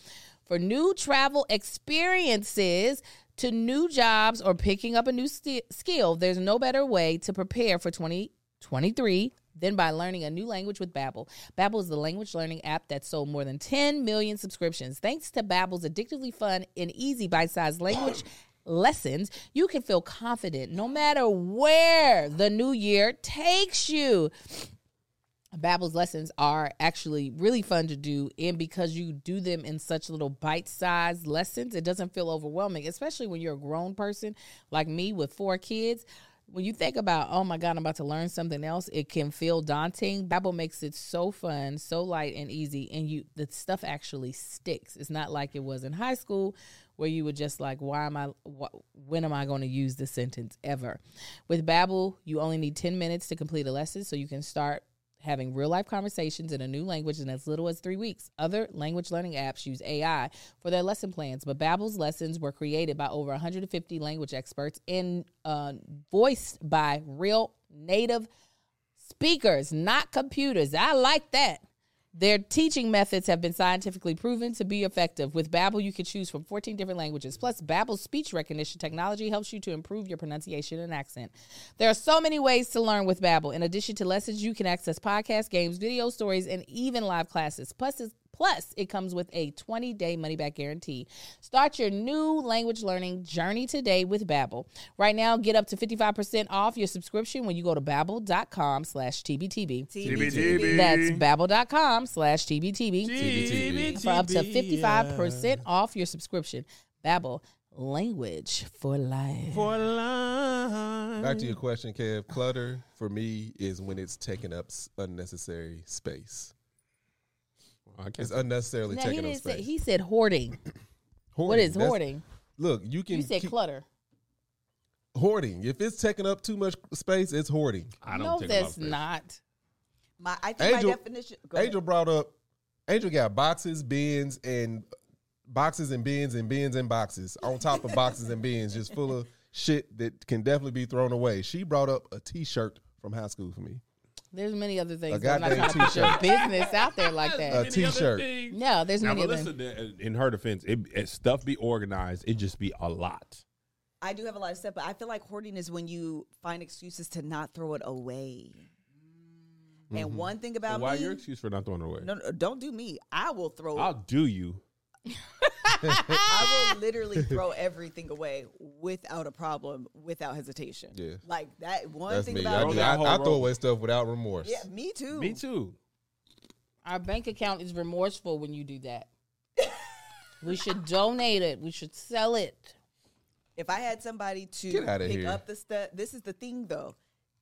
For new travel experiences to new jobs or picking up a new sti- skill, there's no better way to prepare for 2023 than by learning a new language with Babbel. Babbel is the language learning app that sold more than 10 million subscriptions. Thanks to Babbel's addictively fun and easy bite-sized language lessons, you can feel confident no matter where the new year takes you. Babbel's lessons are actually really fun to do, and because you do them in such little bite-sized lessons, it doesn't feel overwhelming, especially when you're a grown person like me with four kids. When you think about, oh my God, I'm about to learn something else, it can feel daunting. Babbel makes it so fun, so light and easy, and you the stuff actually sticks. It's not like it was in high school where you were just like, why am I, wh- when am I going to use this sentence ever? With Babbel, you only need 10 minutes to complete a lesson, so you can start having real life conversations in a new language in as little as three weeks. Other language learning apps use AI for their lesson plans, but Babbel's lessons were created by over 150 language experts and uh, voiced by real native speakers, not computers. I like that. Their teaching methods have been scientifically proven to be effective. With Babbel, you can choose from 14 different languages. Plus, Babbel's speech recognition technology helps you to improve your pronunciation and accent. There are so many ways to learn with Babbel. In addition to lessons, you can access podcasts, games, video stories, and even live classes. Plus, it's Plus, it comes with a 20-day money-back guarantee. Start your new language learning journey today with Babbel. Right now, get up to 55% off your subscription when you go to babbel.com slash TBTB. That's babbel.com slash TBTB for up to 55% off your subscription. Babbel, language for life. Back to Um, your question, Kev. Clutter for me is when it's taking up s- unnecessary space. I can't. It's unnecessarily Now, he, taking up didn't space. say, he said hoarding. What Hoarding, is that's- hoarding? Look, you can You said keep- clutter. hoarding. If it's taking up too much space, it's hoarding. I No, don't think that's that's not. My, I think Angel- my definition. Go Angel brought up. Angel got boxes, bins, and boxes and bins and bins and boxes on top of boxes and bins, just full of shit that can definitely be thrown away. She brought up a T-shirt from high school for me. There's many other things. A but I'm not trying goddamn to put your t-shirt. business out there like that. (laughs) A T-shirt. No, there's Now, many but other things. listen, uh, In her defense, it, it stuff be organized. It just be a lot. I do have a lot of stuff, but I feel like hoarding is when you find excuses to not throw it away. And one thing about Why me, your excuse for not throwing it away? no, no, don't do me. I will throw. I'll do you. I will literally throw everything away without a problem, without hesitation. Yeah. like that one That's thing me. I, about Throw do- me. that I, whole I throw roll. away stuff without remorse. Yeah, me too. Me too. Our bank account is remorseful when you do that. we should donate it. We should sell (laughs) it. If I had somebody to Get outta pick here. up the stuff, this is the thing though.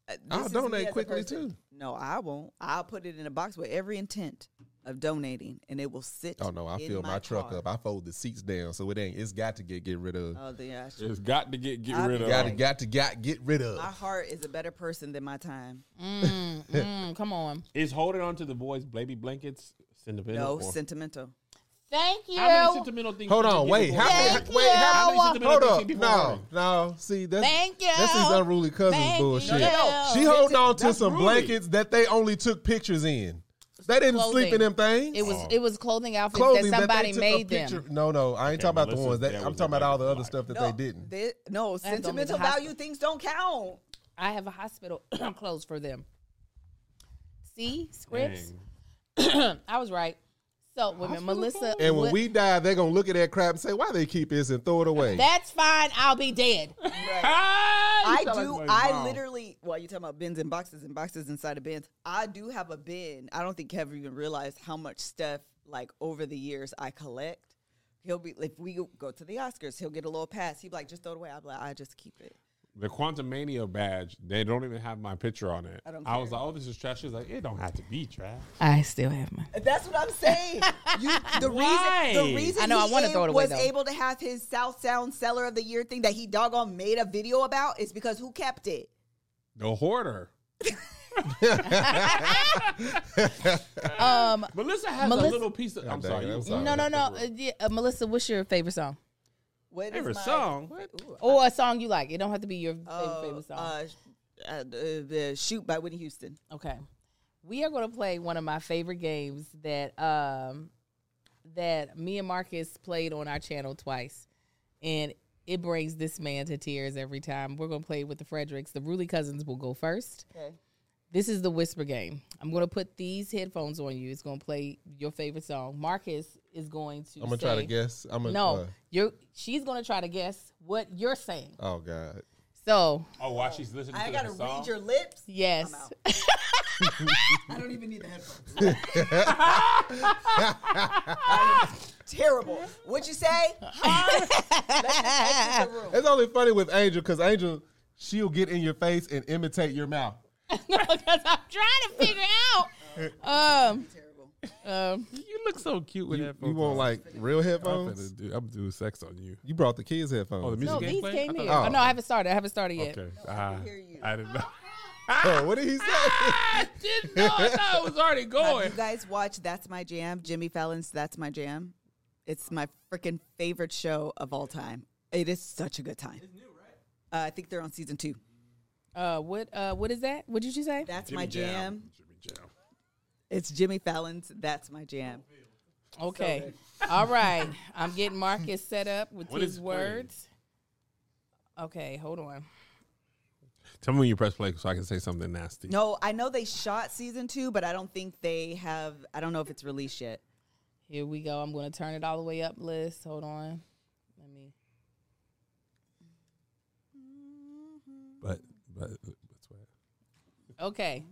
Uh, I'll this is donate me as a quickly, person. too. No, I won't. I'll put it in a box with every intent of donating, and it will sit. Oh no, I in fill my, truck car. up. I fold the seats down, so it ain't. It's got to get get rid of. Oh, the ash. It's got to get get I- rid of. got to got to got get rid of. My heart is a better person than my time. Mm, mm, come on. Is holding on to the boys' baby blankets No, sentimental? or- sentimental. Thank you. How many sentimental things? Hold did you on, get wait, before how Lori? many- wait, how many Thank sentimental Hold things you up, did before no, Lori? no. See, that's Thank you. that's these unruly cousins Thank bullshit. you. She holding on to That's some rude. blankets that they only took pictures in. They didn't sleep in Clothing. them things. It was it was clothing outfits Oh. clothing that that somebody they took a made picture. them. No, no, I ain't talking about the Melissa, ones that, that I'm was talking about all the like other stuff that No, they didn't. they- no, them in the sentimental hospital. value things don't count. I have a hospital (clears throat) clothes for them. See scripts. Dang. (clears throat) I was right. So women, Melissa. and when what- we die, they're gonna look at that crap and say, "Why they keep this and throw it away?" that's fine. I'll be dead. Ah, I you sound like my do. I mom. literally. Well, you're talking about bins and boxes and boxes inside of bins. I do have a bin. I don't think Kev even realized how much stuff like over the years I collect. He'll be if we go to the Oscars, he'll get a little pass. He'd be like, just throw it away. I'd be like, I just keep it. The Quantum Mania badge, they don't even have my picture on it. I, don't was care. like, oh, this is trash. She was like, it don't have to be trash. (laughs) I still have mine. That's what I'm saying. (laughs) You, the Why? reason, the reason I know, I he wanna throw it away, was though. able to have his South Sound Seller of the Year thing that he doggone made a video about is because who kept it? The hoarder. Um, Melissa has Melissa- a little piece of. I'm dang, sorry. I'm you- sorry. no, no, no. Uh, yeah, uh, Melissa, what's your favorite song What is Favorite my- song? Ooh, or a song you like? It don't have to be your favorite, oh, favorite song. uh, sh- uh, uh, the shoot by Whitney Houston. Okay. We are going to play one of my favorite games that um that me and Marcus played on our channel twice. And it brings this man to tears every time. We're going to play with the Fredericks. The Ruley cousins will go first. Okay. This is the whisper game. I'm going to put these headphones on you. It's going to play your favorite song. Marcus is going to I'm gonna try to say- guess. I'm gonna. No. uh, you're she's going to try to guess what you're saying. oh God. So, Oh, while she's listening I to gotta the song. read your lips. yes. out. (laughs) (laughs) I don't even need the headphones. (laughs) Terrible. What'd you say? Huh? (laughs) Let's just exit the room. It's only funny with Angel because Angel, she'll get in your face and imitate your mouth. Because I'm trying to figure out. Um Terrible. Um, You look so cute with You, that. you want like real I'm headphones? gonna do, I'm do sex on you. You brought the kids headphones. Oh, the music no, game these playing? came I here. thought- Oh, no, I haven't started. I haven't started yet. Okay. I, hear you. I (laughs) didn't know. Oh, what did he say? I didn't know. (laughs) I thought it was already You going. guys watch That's My Jam, Jimmy Fallon's That's My Jam. It's my freaking favorite show of all time. It is such a good time. It's new, right? Uh, I think they're on season two. Uh, what uh, what is that? What did you say? That's My Jam. Jimmy Jam. It's Jimmy Fallon's That's My Jam. Okay, (laughs) all right. I'm getting Marcus set up with What his is- words. Okay, hold on. Tell me when you press play so I can say something nasty. No, I know they shot season two, but I don't think they have. I don't know if it's released yet. Here we go. I'm going to turn it all the way up. List. Hold on. Let me. But but that's what Okay,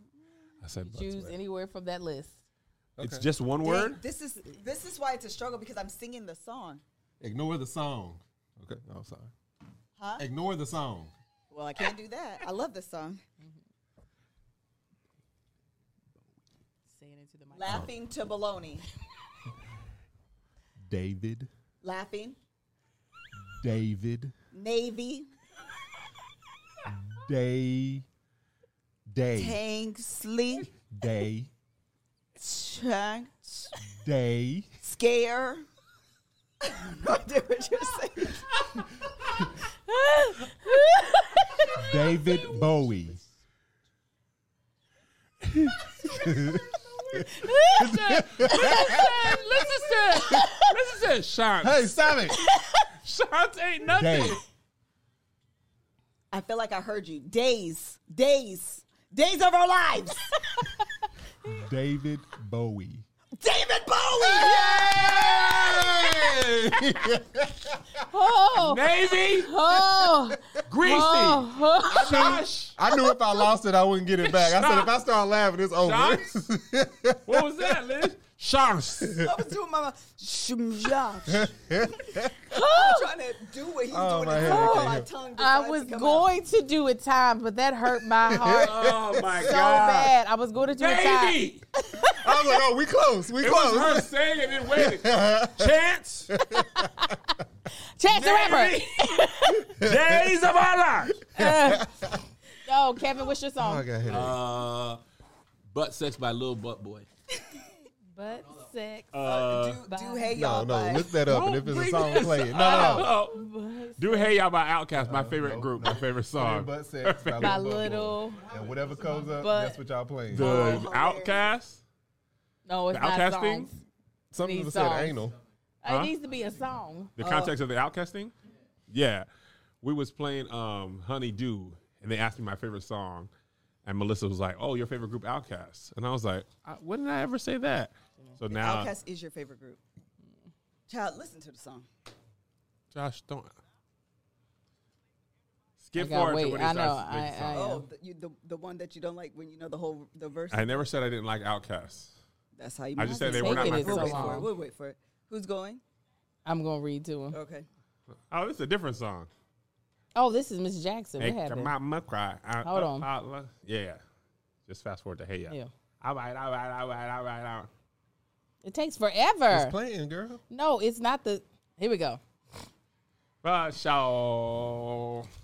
I said. But choose anywhere from that list. It's just one word. Dang, this is this is why it's a struggle because I'm singing the song. (laughs) Ignore the song. Okay. Oh, sorry. Huh? Ignore the song. Well, I can't do that. I love this song. Saying into the mic. Laughing to baloney. David. Laughing. David. Navy. Day. Day. Tang. Sleep. Day. Chang. Day. Scare. (laughs) I do what you're saying. David Bowie. Listen to listen to Sean. Hey, stop it. Sean's ain't nothing. (laughs) Day. I feel like I heard you. Days. Days. Days of our lives. David Bowie. David Bowie. Oh, Navy, (laughs) (laughs) oh, greasy, oh. Josh. I knew if I lost it, I wouldn't get it back. I said, if I start laughing, it's over. What was that, Liz? Shots. I was doing my mouth. Shum, (laughs) yeah. I'm trying to do what he's Oh, doing. my and head, I somehow can't my hear. tongue decides I to was come out. going to do it time, but that hurt (laughs) my heart Oh my so god. bad. I was going to do it time. Baby! I was like, oh, we close. We It close. (laughs) was her saying it and (laughs) waiting. Chance. Chance the rapper. Baby. Days of our life. (laughs) No, Kevin, what's your Oh, song? I got hit. Uh, butt sex by Lil Butt Boy. Butt sex. Uh, Do, do hey no, y'all. no, bye. look that up. And if it's a bring song, this play it. No, no, (laughs) no. Do Hey Y'all by Outkast, my favorite group, my favorite song. Butt sex by my Lil Butt Boy. little. And whatever comes up, But- that's what y'all playing. Oh, The Outkast. No, it's The not Outkast songs. Some these people said songs. anal. Huh? It needs to be a song. The context of the outcasting? Yeah. We was playing um Honey Dew and they asked me my favorite song. And Melissa was like, Oh, your favorite group Outcast. And I was like, I, when did I ever say that? So now Outkast is your favorite group. Child, listen to the song. Josh don't skip I gotta forward to wait. when he I starts know, making I- songs. Oh, the, you, the the one that you don't like when you know the whole the verse. I, never said I didn't like Outcast. That's how you. I just said must they be were not taking my it. We'll favorite wait for it. song. We'll wait for it. Who's going? I'm gonna read to him. Okay. Oh, this is a different song. Oh, this is Miss Jackson. What Make happened? mama cry. I- Hold uh, on. uh, lo- yeah. Just fast forward to hey yeah. Yeah. All right, all right, all right, all right, all right. It takes forever. It's playing, girl. no, it's not the. Here we go. Russia. (laughs)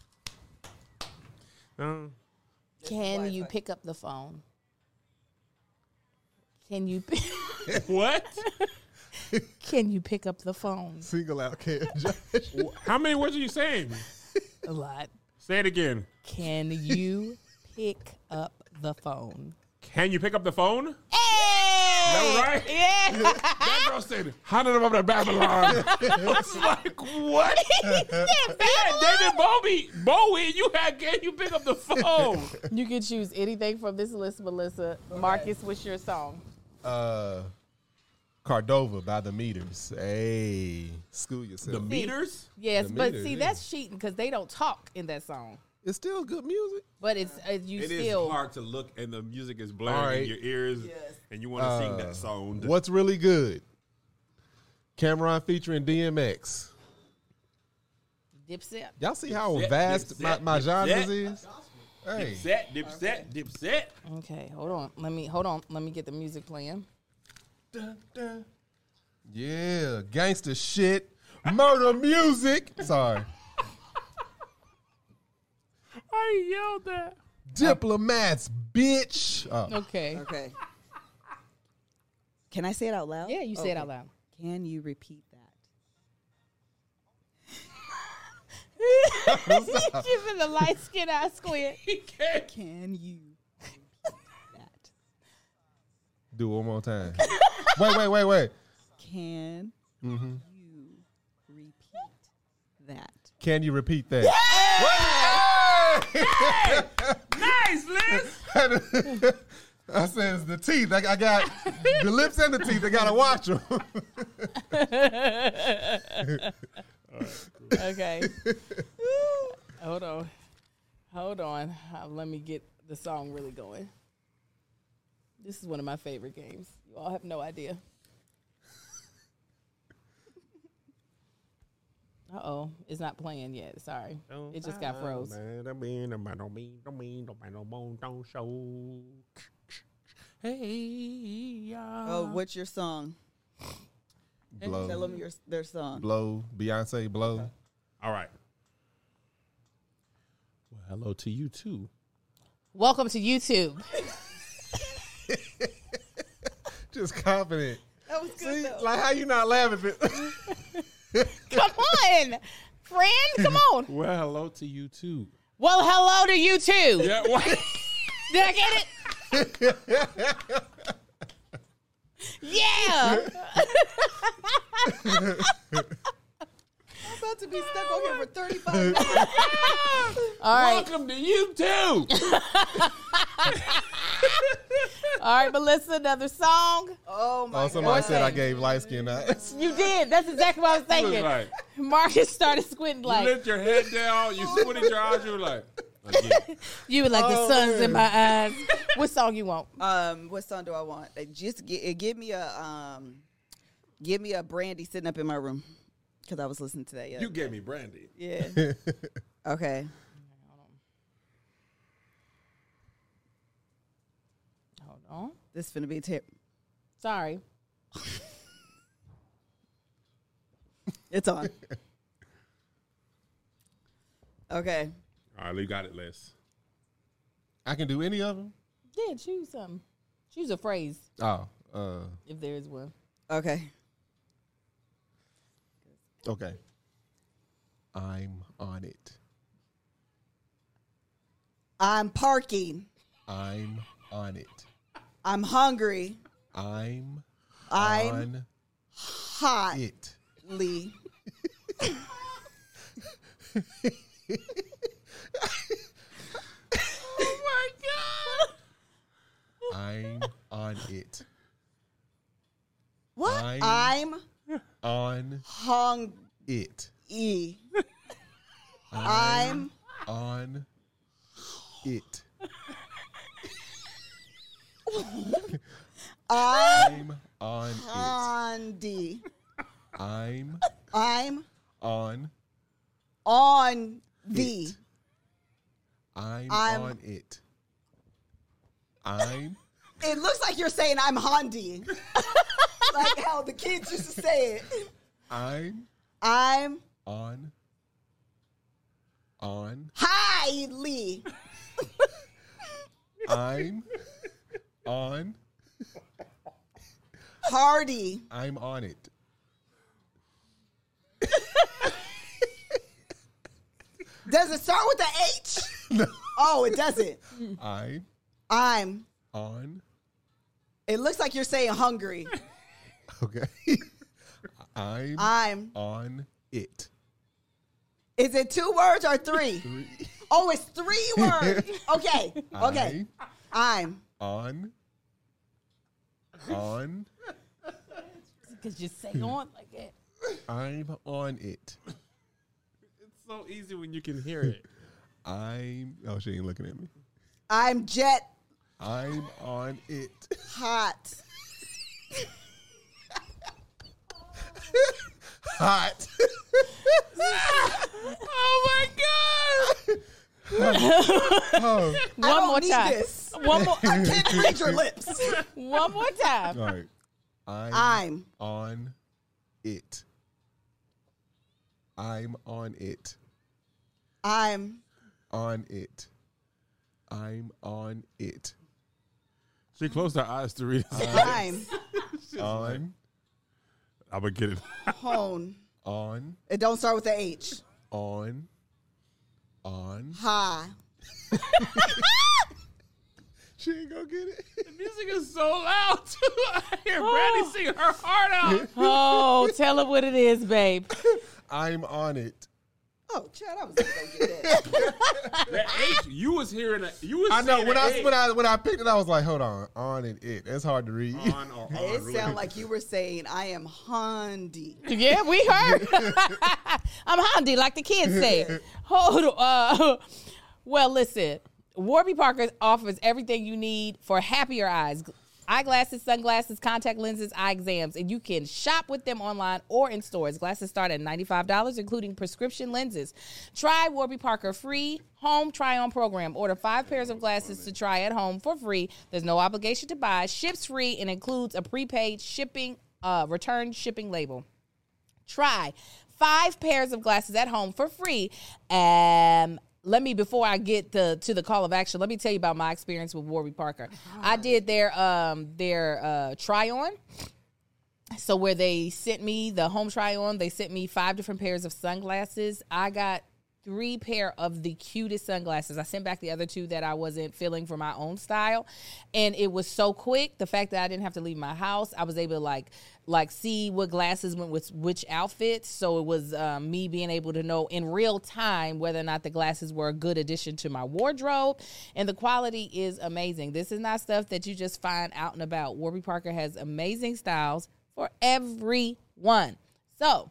Um, Can Wi-Fi. you pick up the phone? Can you p- what? (laughs) can you pick up the phone? Single out Cam Josh. How many words are you saying? A lot. Say it again. Can you pick up the phone? Can you pick up the phone? Hey! right? Yeah. That girl said, "Hundred of the (laughs) Babylon." I was like, (laughs) "What?" (laughs) Yeah, David Bowie, Bowie, you had can you pick up (laughs) the phone? You can choose anything from this list, Melissa. Marcus, what's your song? (laughs) Uh, Cardova by the meters. Hey, school yourself. The meters. Yes, The but meter, see yeah. that's cheating because they don't talk in that song. it's still good music. But it's uh, you It is still hard to look, and the music is blaring All right. in your ears, Yes. and you want to sing Uh, that song. What's really good? Cameron featuring DMX. Dipset. Y'all see how Dipset, vast my, Dipset, my Dipset. genres is? Hey, Dipset, dipset, dipset. Okay, hold on. Let me hold on. Let me get the music playing. yeah, gangster shit, murder music. Sorry, I yelled that. (laughs) diplomats, bitch. Oh, Okay. Okay. Can I say it out loud? Yeah, you say it out (laughs) loud. Can you repeat that? Giving the light skin eye squint. Can you repeat that? do it one more time. wait, wait, wait, wait. Can you repeat that? Can you repeat that? Nice, (laughs) Liz. I said it's the teeth. I, I got the lips and the teeth. I gotta watch them. Okay. hold on. Hold on. Uh, let me get the song really going. This is one of my favorite games. You all have no idea. (laughs) Uh oh, it's not playing yet. Sorry, Oh, Oh, it just got froze. Hey, Oh, what's your song? Tell Blow, them your their song. blow, Beyonce, blow. All right. Well, hello to you too. Welcome to YouTube. Just confident. That was good See, though. like how you not laughing? at- Come on, friend. Come (laughs) on. Well, hello to you too. Well, hello to you too. Yeah, (laughs) what? Did I get it? yeah. I'm about to be stuck on here for 35 minutes. All right. Welcome to (laughs) you too. All right, Melissa, another song. Oh my oh, somebody god. said I gave light skin eyes. You did. That's exactly what I was (laughs) You was thinking. like, Marcus started squinting you like, lift your head down, you squinted your eyes, you were like, uh, Again, You were like Oh, the sun's in my eyes. (laughs) What song you want? Um, what song do I want? Uh, Just gi- uh, give me a um, give me a brandy sitting up in my room because I was listening to that. Yeah, you gave me brandy. (laughs) yeah. okay. Hold on. This is gonna be a tip. Sorry. (laughs) It's on. okay. All right, we got it, Les. I can do any of them. Yeah, choose something. Choose a phrase Oh, uh, if there is one. Okay. okay. I'm on it. I'm parking. I'm on it. I'm hungry. I'm, I'm on hotly it. Oh I'm on it. What? I'm- I'm On (laughs) hungry. it. I'm On it. I'm I'm on it. Andy. I'm I'm on on the. it. I'm, I'm- on it. I'm It looks like you're saying I'm Hondi. (laughs) like how the kids used to say it. I'm I'm on on highly. I'm on Hardy. I'm on it. Does it start with the H? Oh, it doesn't. I'm I'm. on It looks like you're saying hungry. okay. I'm I'm. on it. Is it two words or three? Oh, it's three words. Okay. Okay. I'm. I'm on on Cause just say on like that. I'm on it. It's so easy when you can hear it. I'm oh she ain't looking at me. I'm jet I'm on it. hot. Hot. (laughs) Oh my (laughs) god! Oh, I One don't more need time. this. One more. (laughs) I can't read your lips. One more time. (laughs) all right. I'm I'm on it. I'm on it. I'm On it. I'm on it. She closed her eyes to (laughs) read. I'm On I'm gonna get it. hone. on It don't start with the H. on on. Hi. She ain't gonna get it. (laughs) Music is so loud too. (laughs) I hear Brandy sing her heart out. Oh, tell her what it is, babe. I'm on it. Oh, Chad, I was gonna go get that. The H, you was hearing that. You was. I know saying when the I H. when I when I picked it, I was like, hold on, on and it. That's hard to read. (laughs) on or on. It really. sounded like you were saying I am Hondi. Yeah, we heard. (laughs) I'm Hondi, like the kids said. Hold on. Uh, well, listen. Warby Parker offers everything you need for happier eyes. Eyeglasses, sunglasses, contact lenses, eye exams, and you can shop with them online or in stores. Glasses start at $95, including prescription lenses. Try Warby Parker free home try on program. Order five pairs of glasses to try at home for free. There's no obligation to buy, ships free, and includes a prepaid shipping, uh, return shipping label. Try five pairs of glasses at home for free. Um, let me before I get to, to the call of action. Let me tell you about my experience with Warby Parker. I did their um their uh, try on. So where they sent me the home try on, they sent me five different pairs of sunglasses. I got three pair of the cutest sunglasses. I sent back the other two that I wasn't feeling for my own style, and it was so quick. The fact that I didn't have to leave my house, I was able to like like see what glasses went with which outfits. So it was um, me being able to know in real time whether or not the glasses were a good addition to my wardrobe, and the quality is amazing. This is not stuff that you just find out and about. Warby Parker has amazing styles for everyone. So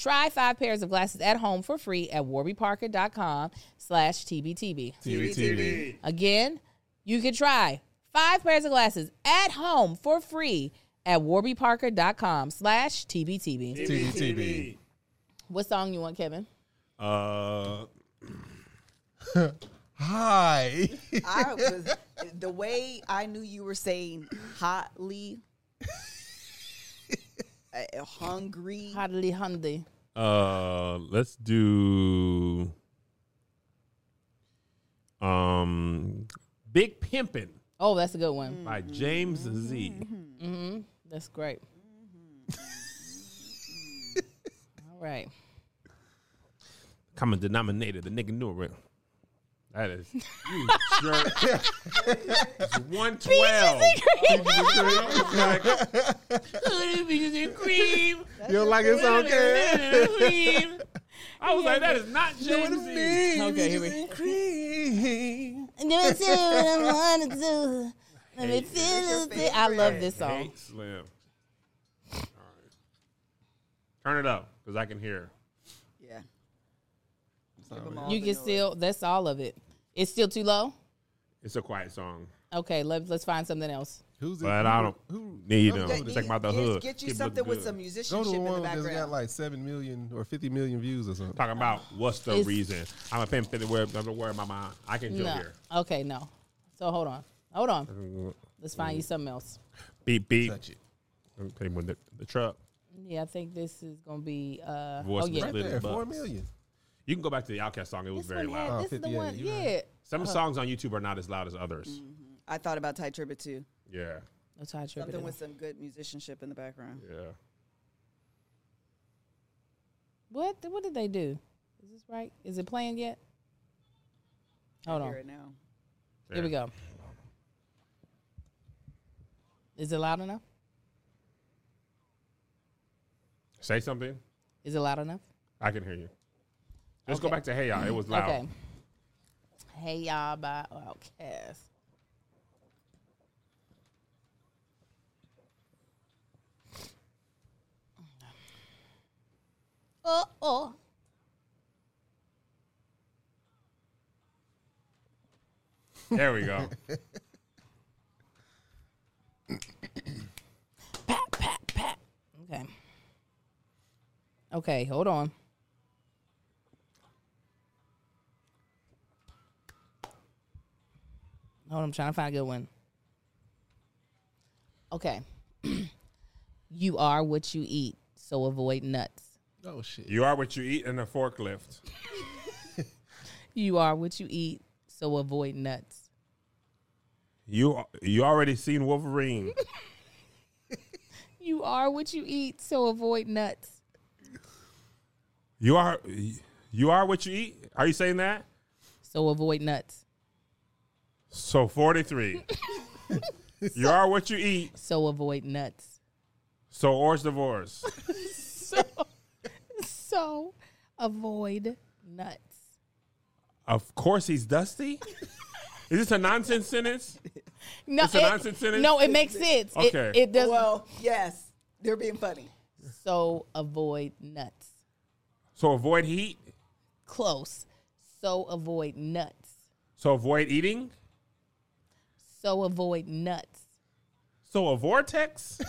Try five pairs of glasses at home for free at warbyparker.com slash TBTB. TV, TV. Again, you can try five pairs of glasses at home for free at warbyparker.com slash TBTB. TV, TV. What song you want, Kevin? Uh, Hi. (laughs) I was the way I knew you were saying hotly, (laughs) uh, hungry. Hardly Hundy. uh, let's do. Um, Big Pimpin' Oh, that's a good one. by James Z. Mm-hmm. That's great. (laughs) All right. Common denominator, the nigga knew it. That is (laughs) You jerk. It's one twelve. (laughs) cream. You don't like this song, Kev? I was like, that is not James Z. Okay, here (laughs) we Cream. Do it too, what I wanna do. Let me feel it. too. I love this song. Hank Slim. All right. Turn it up because I can hear. Yeah. You can still. That's all of it. It's still too low. It's a quiet song, Okay, let's let's find something else. (laughs) Who's but I don't Who? need who- them. Just It's like about the Just hood. Get you Keep something looking with some Go to good. musicianship the in the one that's got background. like 7 million or 50 million views or something. Talking about what's the It's- reason? I'm a pimp in the world. Don't worry, my mind. I can chill No. here. Okay, no. So hold on. Hold on. Let's find Mm. you something else. Beep beep. Touch it. Okay, with the, the truck. Yeah, I think this is gonna be. Uh, Voice oh is yeah, right There, Little 4 bucks. million. You can go back to the Outcast song. It was this very one had- loud. Oh, this is the 58, one. you're Yeah. right. Some songs on YouTube are not as loud as others. Mm. I thought about Ty Tribbett too. Yeah, No tie trip. Something with some good musicianship in the background. yeah. What? What did they do? Is this right? Is it playing yet? Hold I on. hear it now. Here we Yeah. go. Is it loud enough? Say something. Is it loud enough? I can hear you. Let's go Okay. back to Hey Ya. It was loud. Okay. Hey y'all Oh, by Outcast. Oh oh. There (laughs) we go. Pat pat pat. Okay. Okay, hold on. Hold on, I'm trying to find a good one. Okay. (clears throat) you are what you eat, so avoid nuts. Oh, shit. you are what you eat in a forklift. You are what you eat, so avoid nuts. You you already seen Wolverine. You are what you eat, so avoid nuts. You are you are what you eat. Are you saying that? So avoid nuts. So (laughs) forty three. you are what you eat. So avoid nuts. So orange divorce. So, so avoid nuts. Of course he's dusty. Is this a nonsense sentence? No, It's a nonsense sentence? no, it makes sense. It- Okay. It, does. Well, yes, they're being funny. so avoid nuts. So avoid heat. Close. So avoid nuts. So avoid eating. So avoid nuts. So a vortex.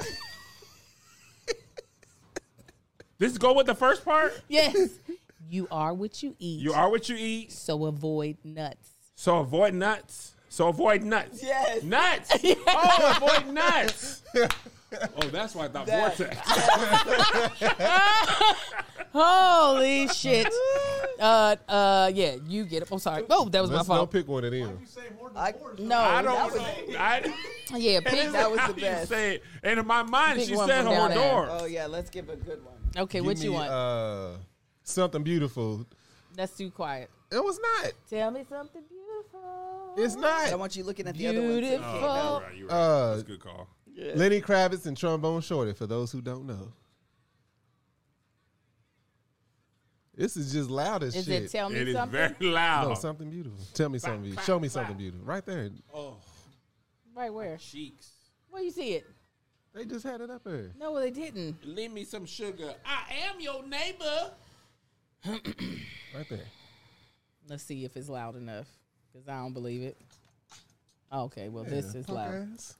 this go with the first part. Yes. (laughs) you are what you eat. You are what you eat. So avoid nuts. So avoid nuts. So avoid nuts. (laughs) Yes. Nuts. Oh, avoid nuts. Oh, that's why I thought That- vortex. (laughs) Holy shit. (laughs) Uh, uh, yeah, you get it. I'm sorry. Oh, that was Let's my don't fault. pick one of them. I, No, that I don't was- know. (laughs) I, yeah, pick that was how the you best. Say it. And in my mind, Big she one said from down her there. door. oh yeah, let's give a good one. Okay, what Give you me, want? Uh, something beautiful. That's too quiet. It was not. Tell me something beautiful. It's I not. want you looking at the other one. Beautiful. too. Oh, you're right, you're right. Uh, That's a good call. Lenny Kravitz and Trombone Shorty, for those who don't know. This is just loud as Is shit. it tell me It is something? very loud. no, something beautiful. Tell me something beautiful. Oh. Show me something beautiful. Right there. right where? Cheeks. Where you see it? They just had it up here. No, they didn't. Lend me some sugar. I am your neighbor. Right there. Let's see if it's loud enough because I don't believe it. Okay, well, this is loud. Ass.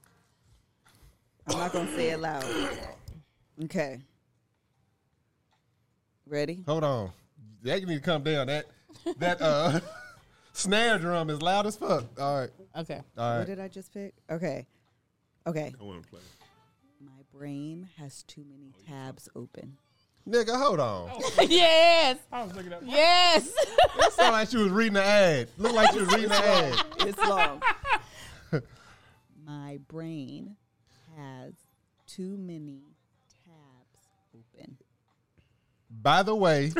I'm not gonna say it loud. Okay. Ready? Hold on. That need to come down. That that uh (laughs) snare drum is loud as fuck. All right. (laughs) Okay. All What right. did I just pick? Okay. Okay. I want to play. My brain has too many tabs open. Nigga, hold on. (laughs) yes. I was looking at (laughs) Yes. That sound like she was reading the ad. Look like she was reading the ad. It's long. My brain has too many tabs open. By the way,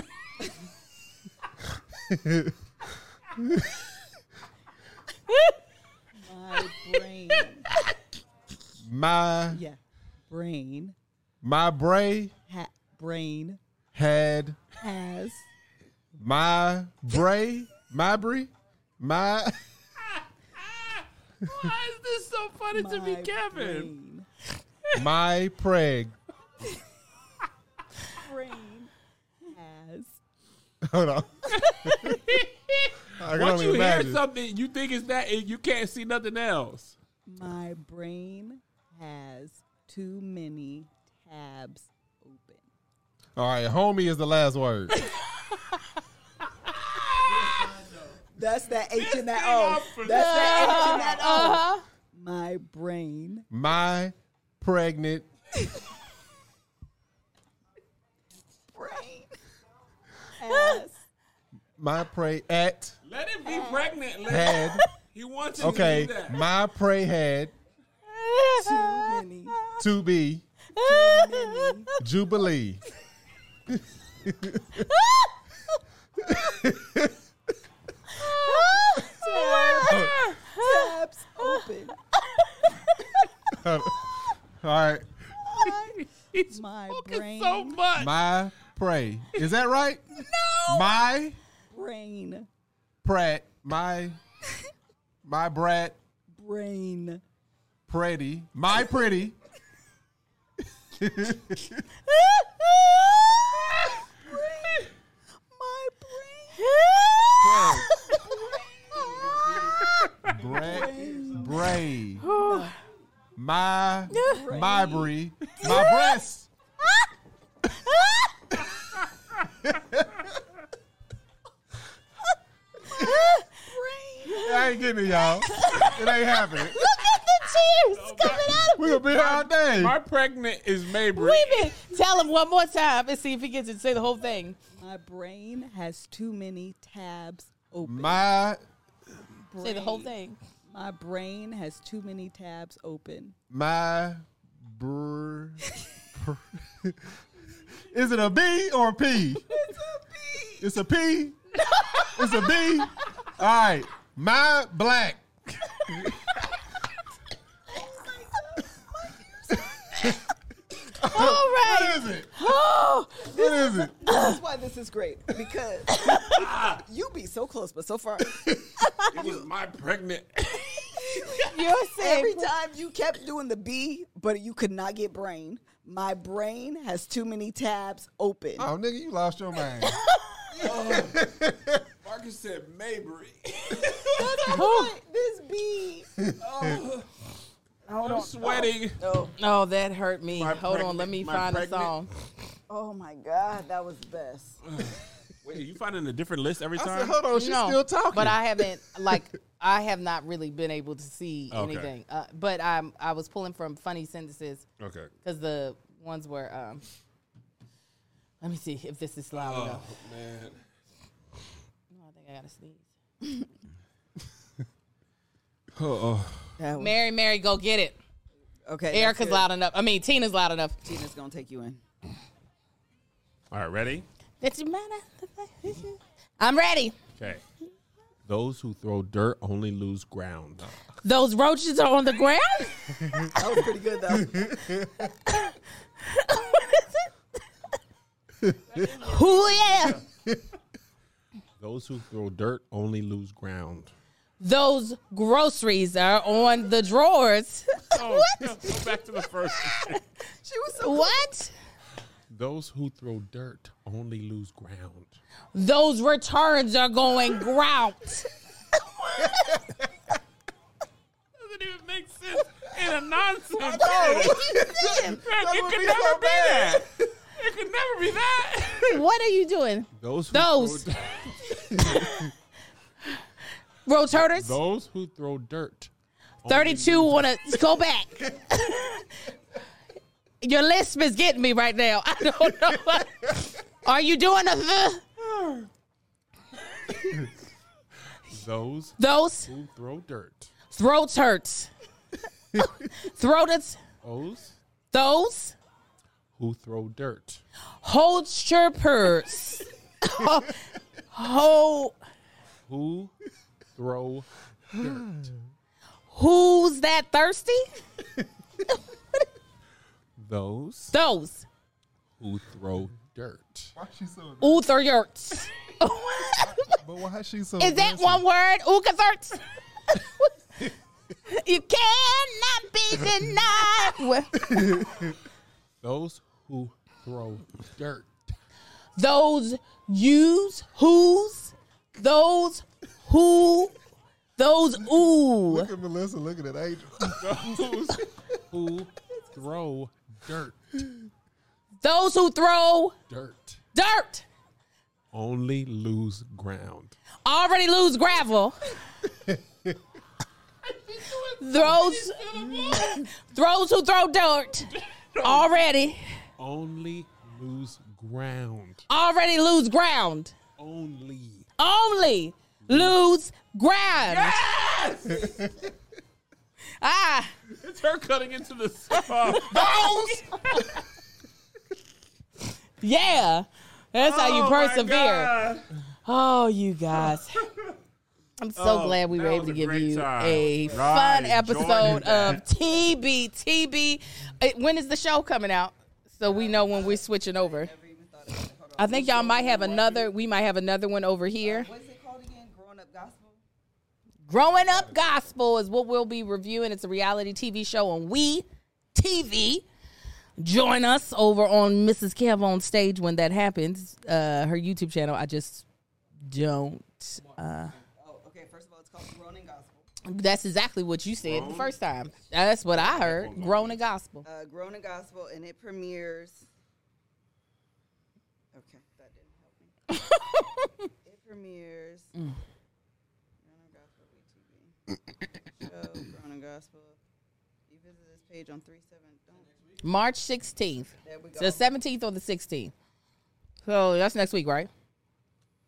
My brain. my Yeah. Brain. my brain Ha- brain had has my bray my bray my Why is this so funny to me, my Kevin? brain. my preg. Brain has Hold on. I can Once only you imagine. hear something, you think it's that, and you can't see nothing else. My brain has too many tabs open. All right, homie is the last word. That's that H and that up O. for That's that H and that O. My brain My pregnant brain has my prey at Let him be pregnant. Let (laughs) had He wants you okay to do that. my prey had too many to (laughs) be jubilee tabs open. all right He's My fucking brain so much. my prey is that right no my brain prat my my brat brain pretty my pretty my brain (laughs) brat bray my my brie my breast I ain't getting it, y'all. It ain't happening. Oh, We'll be here all day. My pregnant is Mabry. Wait a minute. Tell him one more time and see if he gets it. Say the whole thing. My brain has too many tabs open. My Say the whole thing. My brain has too many tabs open. my br. br- Is it a B or a P? It's a P. It's a B. All right. My black. All right. What is it? Oh, What is it? (coughs) That's why this is great because you be so close, but so far It was my pregnant. you're saying every time you kept doing the B, but you could not get brain. My brain has too many tabs open. Oh, nigga, you lost your mind. Marcus said Mabry. This B. I'm sweating. No, Oh, that hurt me. My Hold on, let pregnant- me my find pregnant- a song. Oh my god, that was the best. Wait, you finding a different list every I said, time? hold on, she's still talking. But I haven't like I have not really been able to see Okay. anything. Uh, but I'm I was pulling from funny sentences okay. because the ones were. Um, let me see if this is loud Oh enough. man. No, I think I gotta sneeze. Oh, That was- Mary, Mary, go get it. okay, that's Erica's good. loud enough. I mean, Tina's loud enough. Tina's gonna take you in. All right, ready? That's your man. I'm ready. Okay. Those who throw dirt only lose ground. Those roaches are on the ground. That was pretty good though. Who yeah? Those who throw dirt only lose ground. Those groceries are on the drawers. Oh, Go back to the (laughs) first. She was so What? Those who throw dirt only lose ground. Those returns are going ground. Doesn't even make sense in a nonsense. it would could be never so be that. bad. It could never be that. What are you doing? Those who Those. throw, Roturners? those who throw dirt. 32 want to go back. Your lisp is getting me right now. I don't know. Are you doing a th- Those those who throw dirt. throats hurts? Throats, Those those who throw dirt. hold (laughs) chirpers. Ho, Who throw dirt. who's that thirsty? Those Those who throw dirt. Why she so? oothers. But why she (laughs) so? Is that aggressive? one word? Oothers. (laughs) you cannot be (laughs) denied. What? Those who throw dirt. those yous, who's, those who, those ooh, Look at Melissa looking at Angel. (laughs) Those who throw dirt. those who throw Dirt. dirt Only lose ground. already lose gravel. those, those who throw dirt already, Only lose ground. already lose ground. Only. Only lose ground. ah, It's her cutting into the song. (laughs) yeah. That's how you Oh my persevere. God. Oh, you guys. I'm so Oh, glad we were that was able to a give great you time. a Right, fun enjoyed episode that. of TB. TB. Uh, When is the show coming out? So we know when we're switching over. I think y'all might have another. We might have another one over here. What's it called again? Growing up gospel. Growing Up Gospel is what we'll be reviewing. It's a reality TV show on We TV. Join us over on Mrs. Kev on stage when that happens. Uh, her YouTube channel. I just don't. Uh, Oh, okay. First of all, it's called Grown in Gospel. That's exactly what you said the first time. That's what I heard. Grown in gospel. Uh, Grown in Gospel, and it premieres. Okay, that didn't help me. it premieres. Grown in Gospel WeTV. Show Grown in Gospel. You visit this page on three seven. Don't. March 16th. There we go. The 17th or the 16th. So that's next week, right?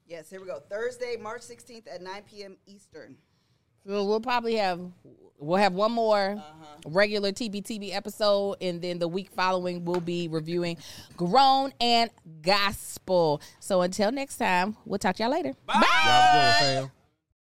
Yes, here we go. Thursday, March sixteenth at nine p.m. Eastern. So we'll probably have we'll have one more regular TBTB episode, and then the week following we'll be reviewing Grown and Gospel. So until next time, we'll talk to y'all later. Bye. Y'all good, fam?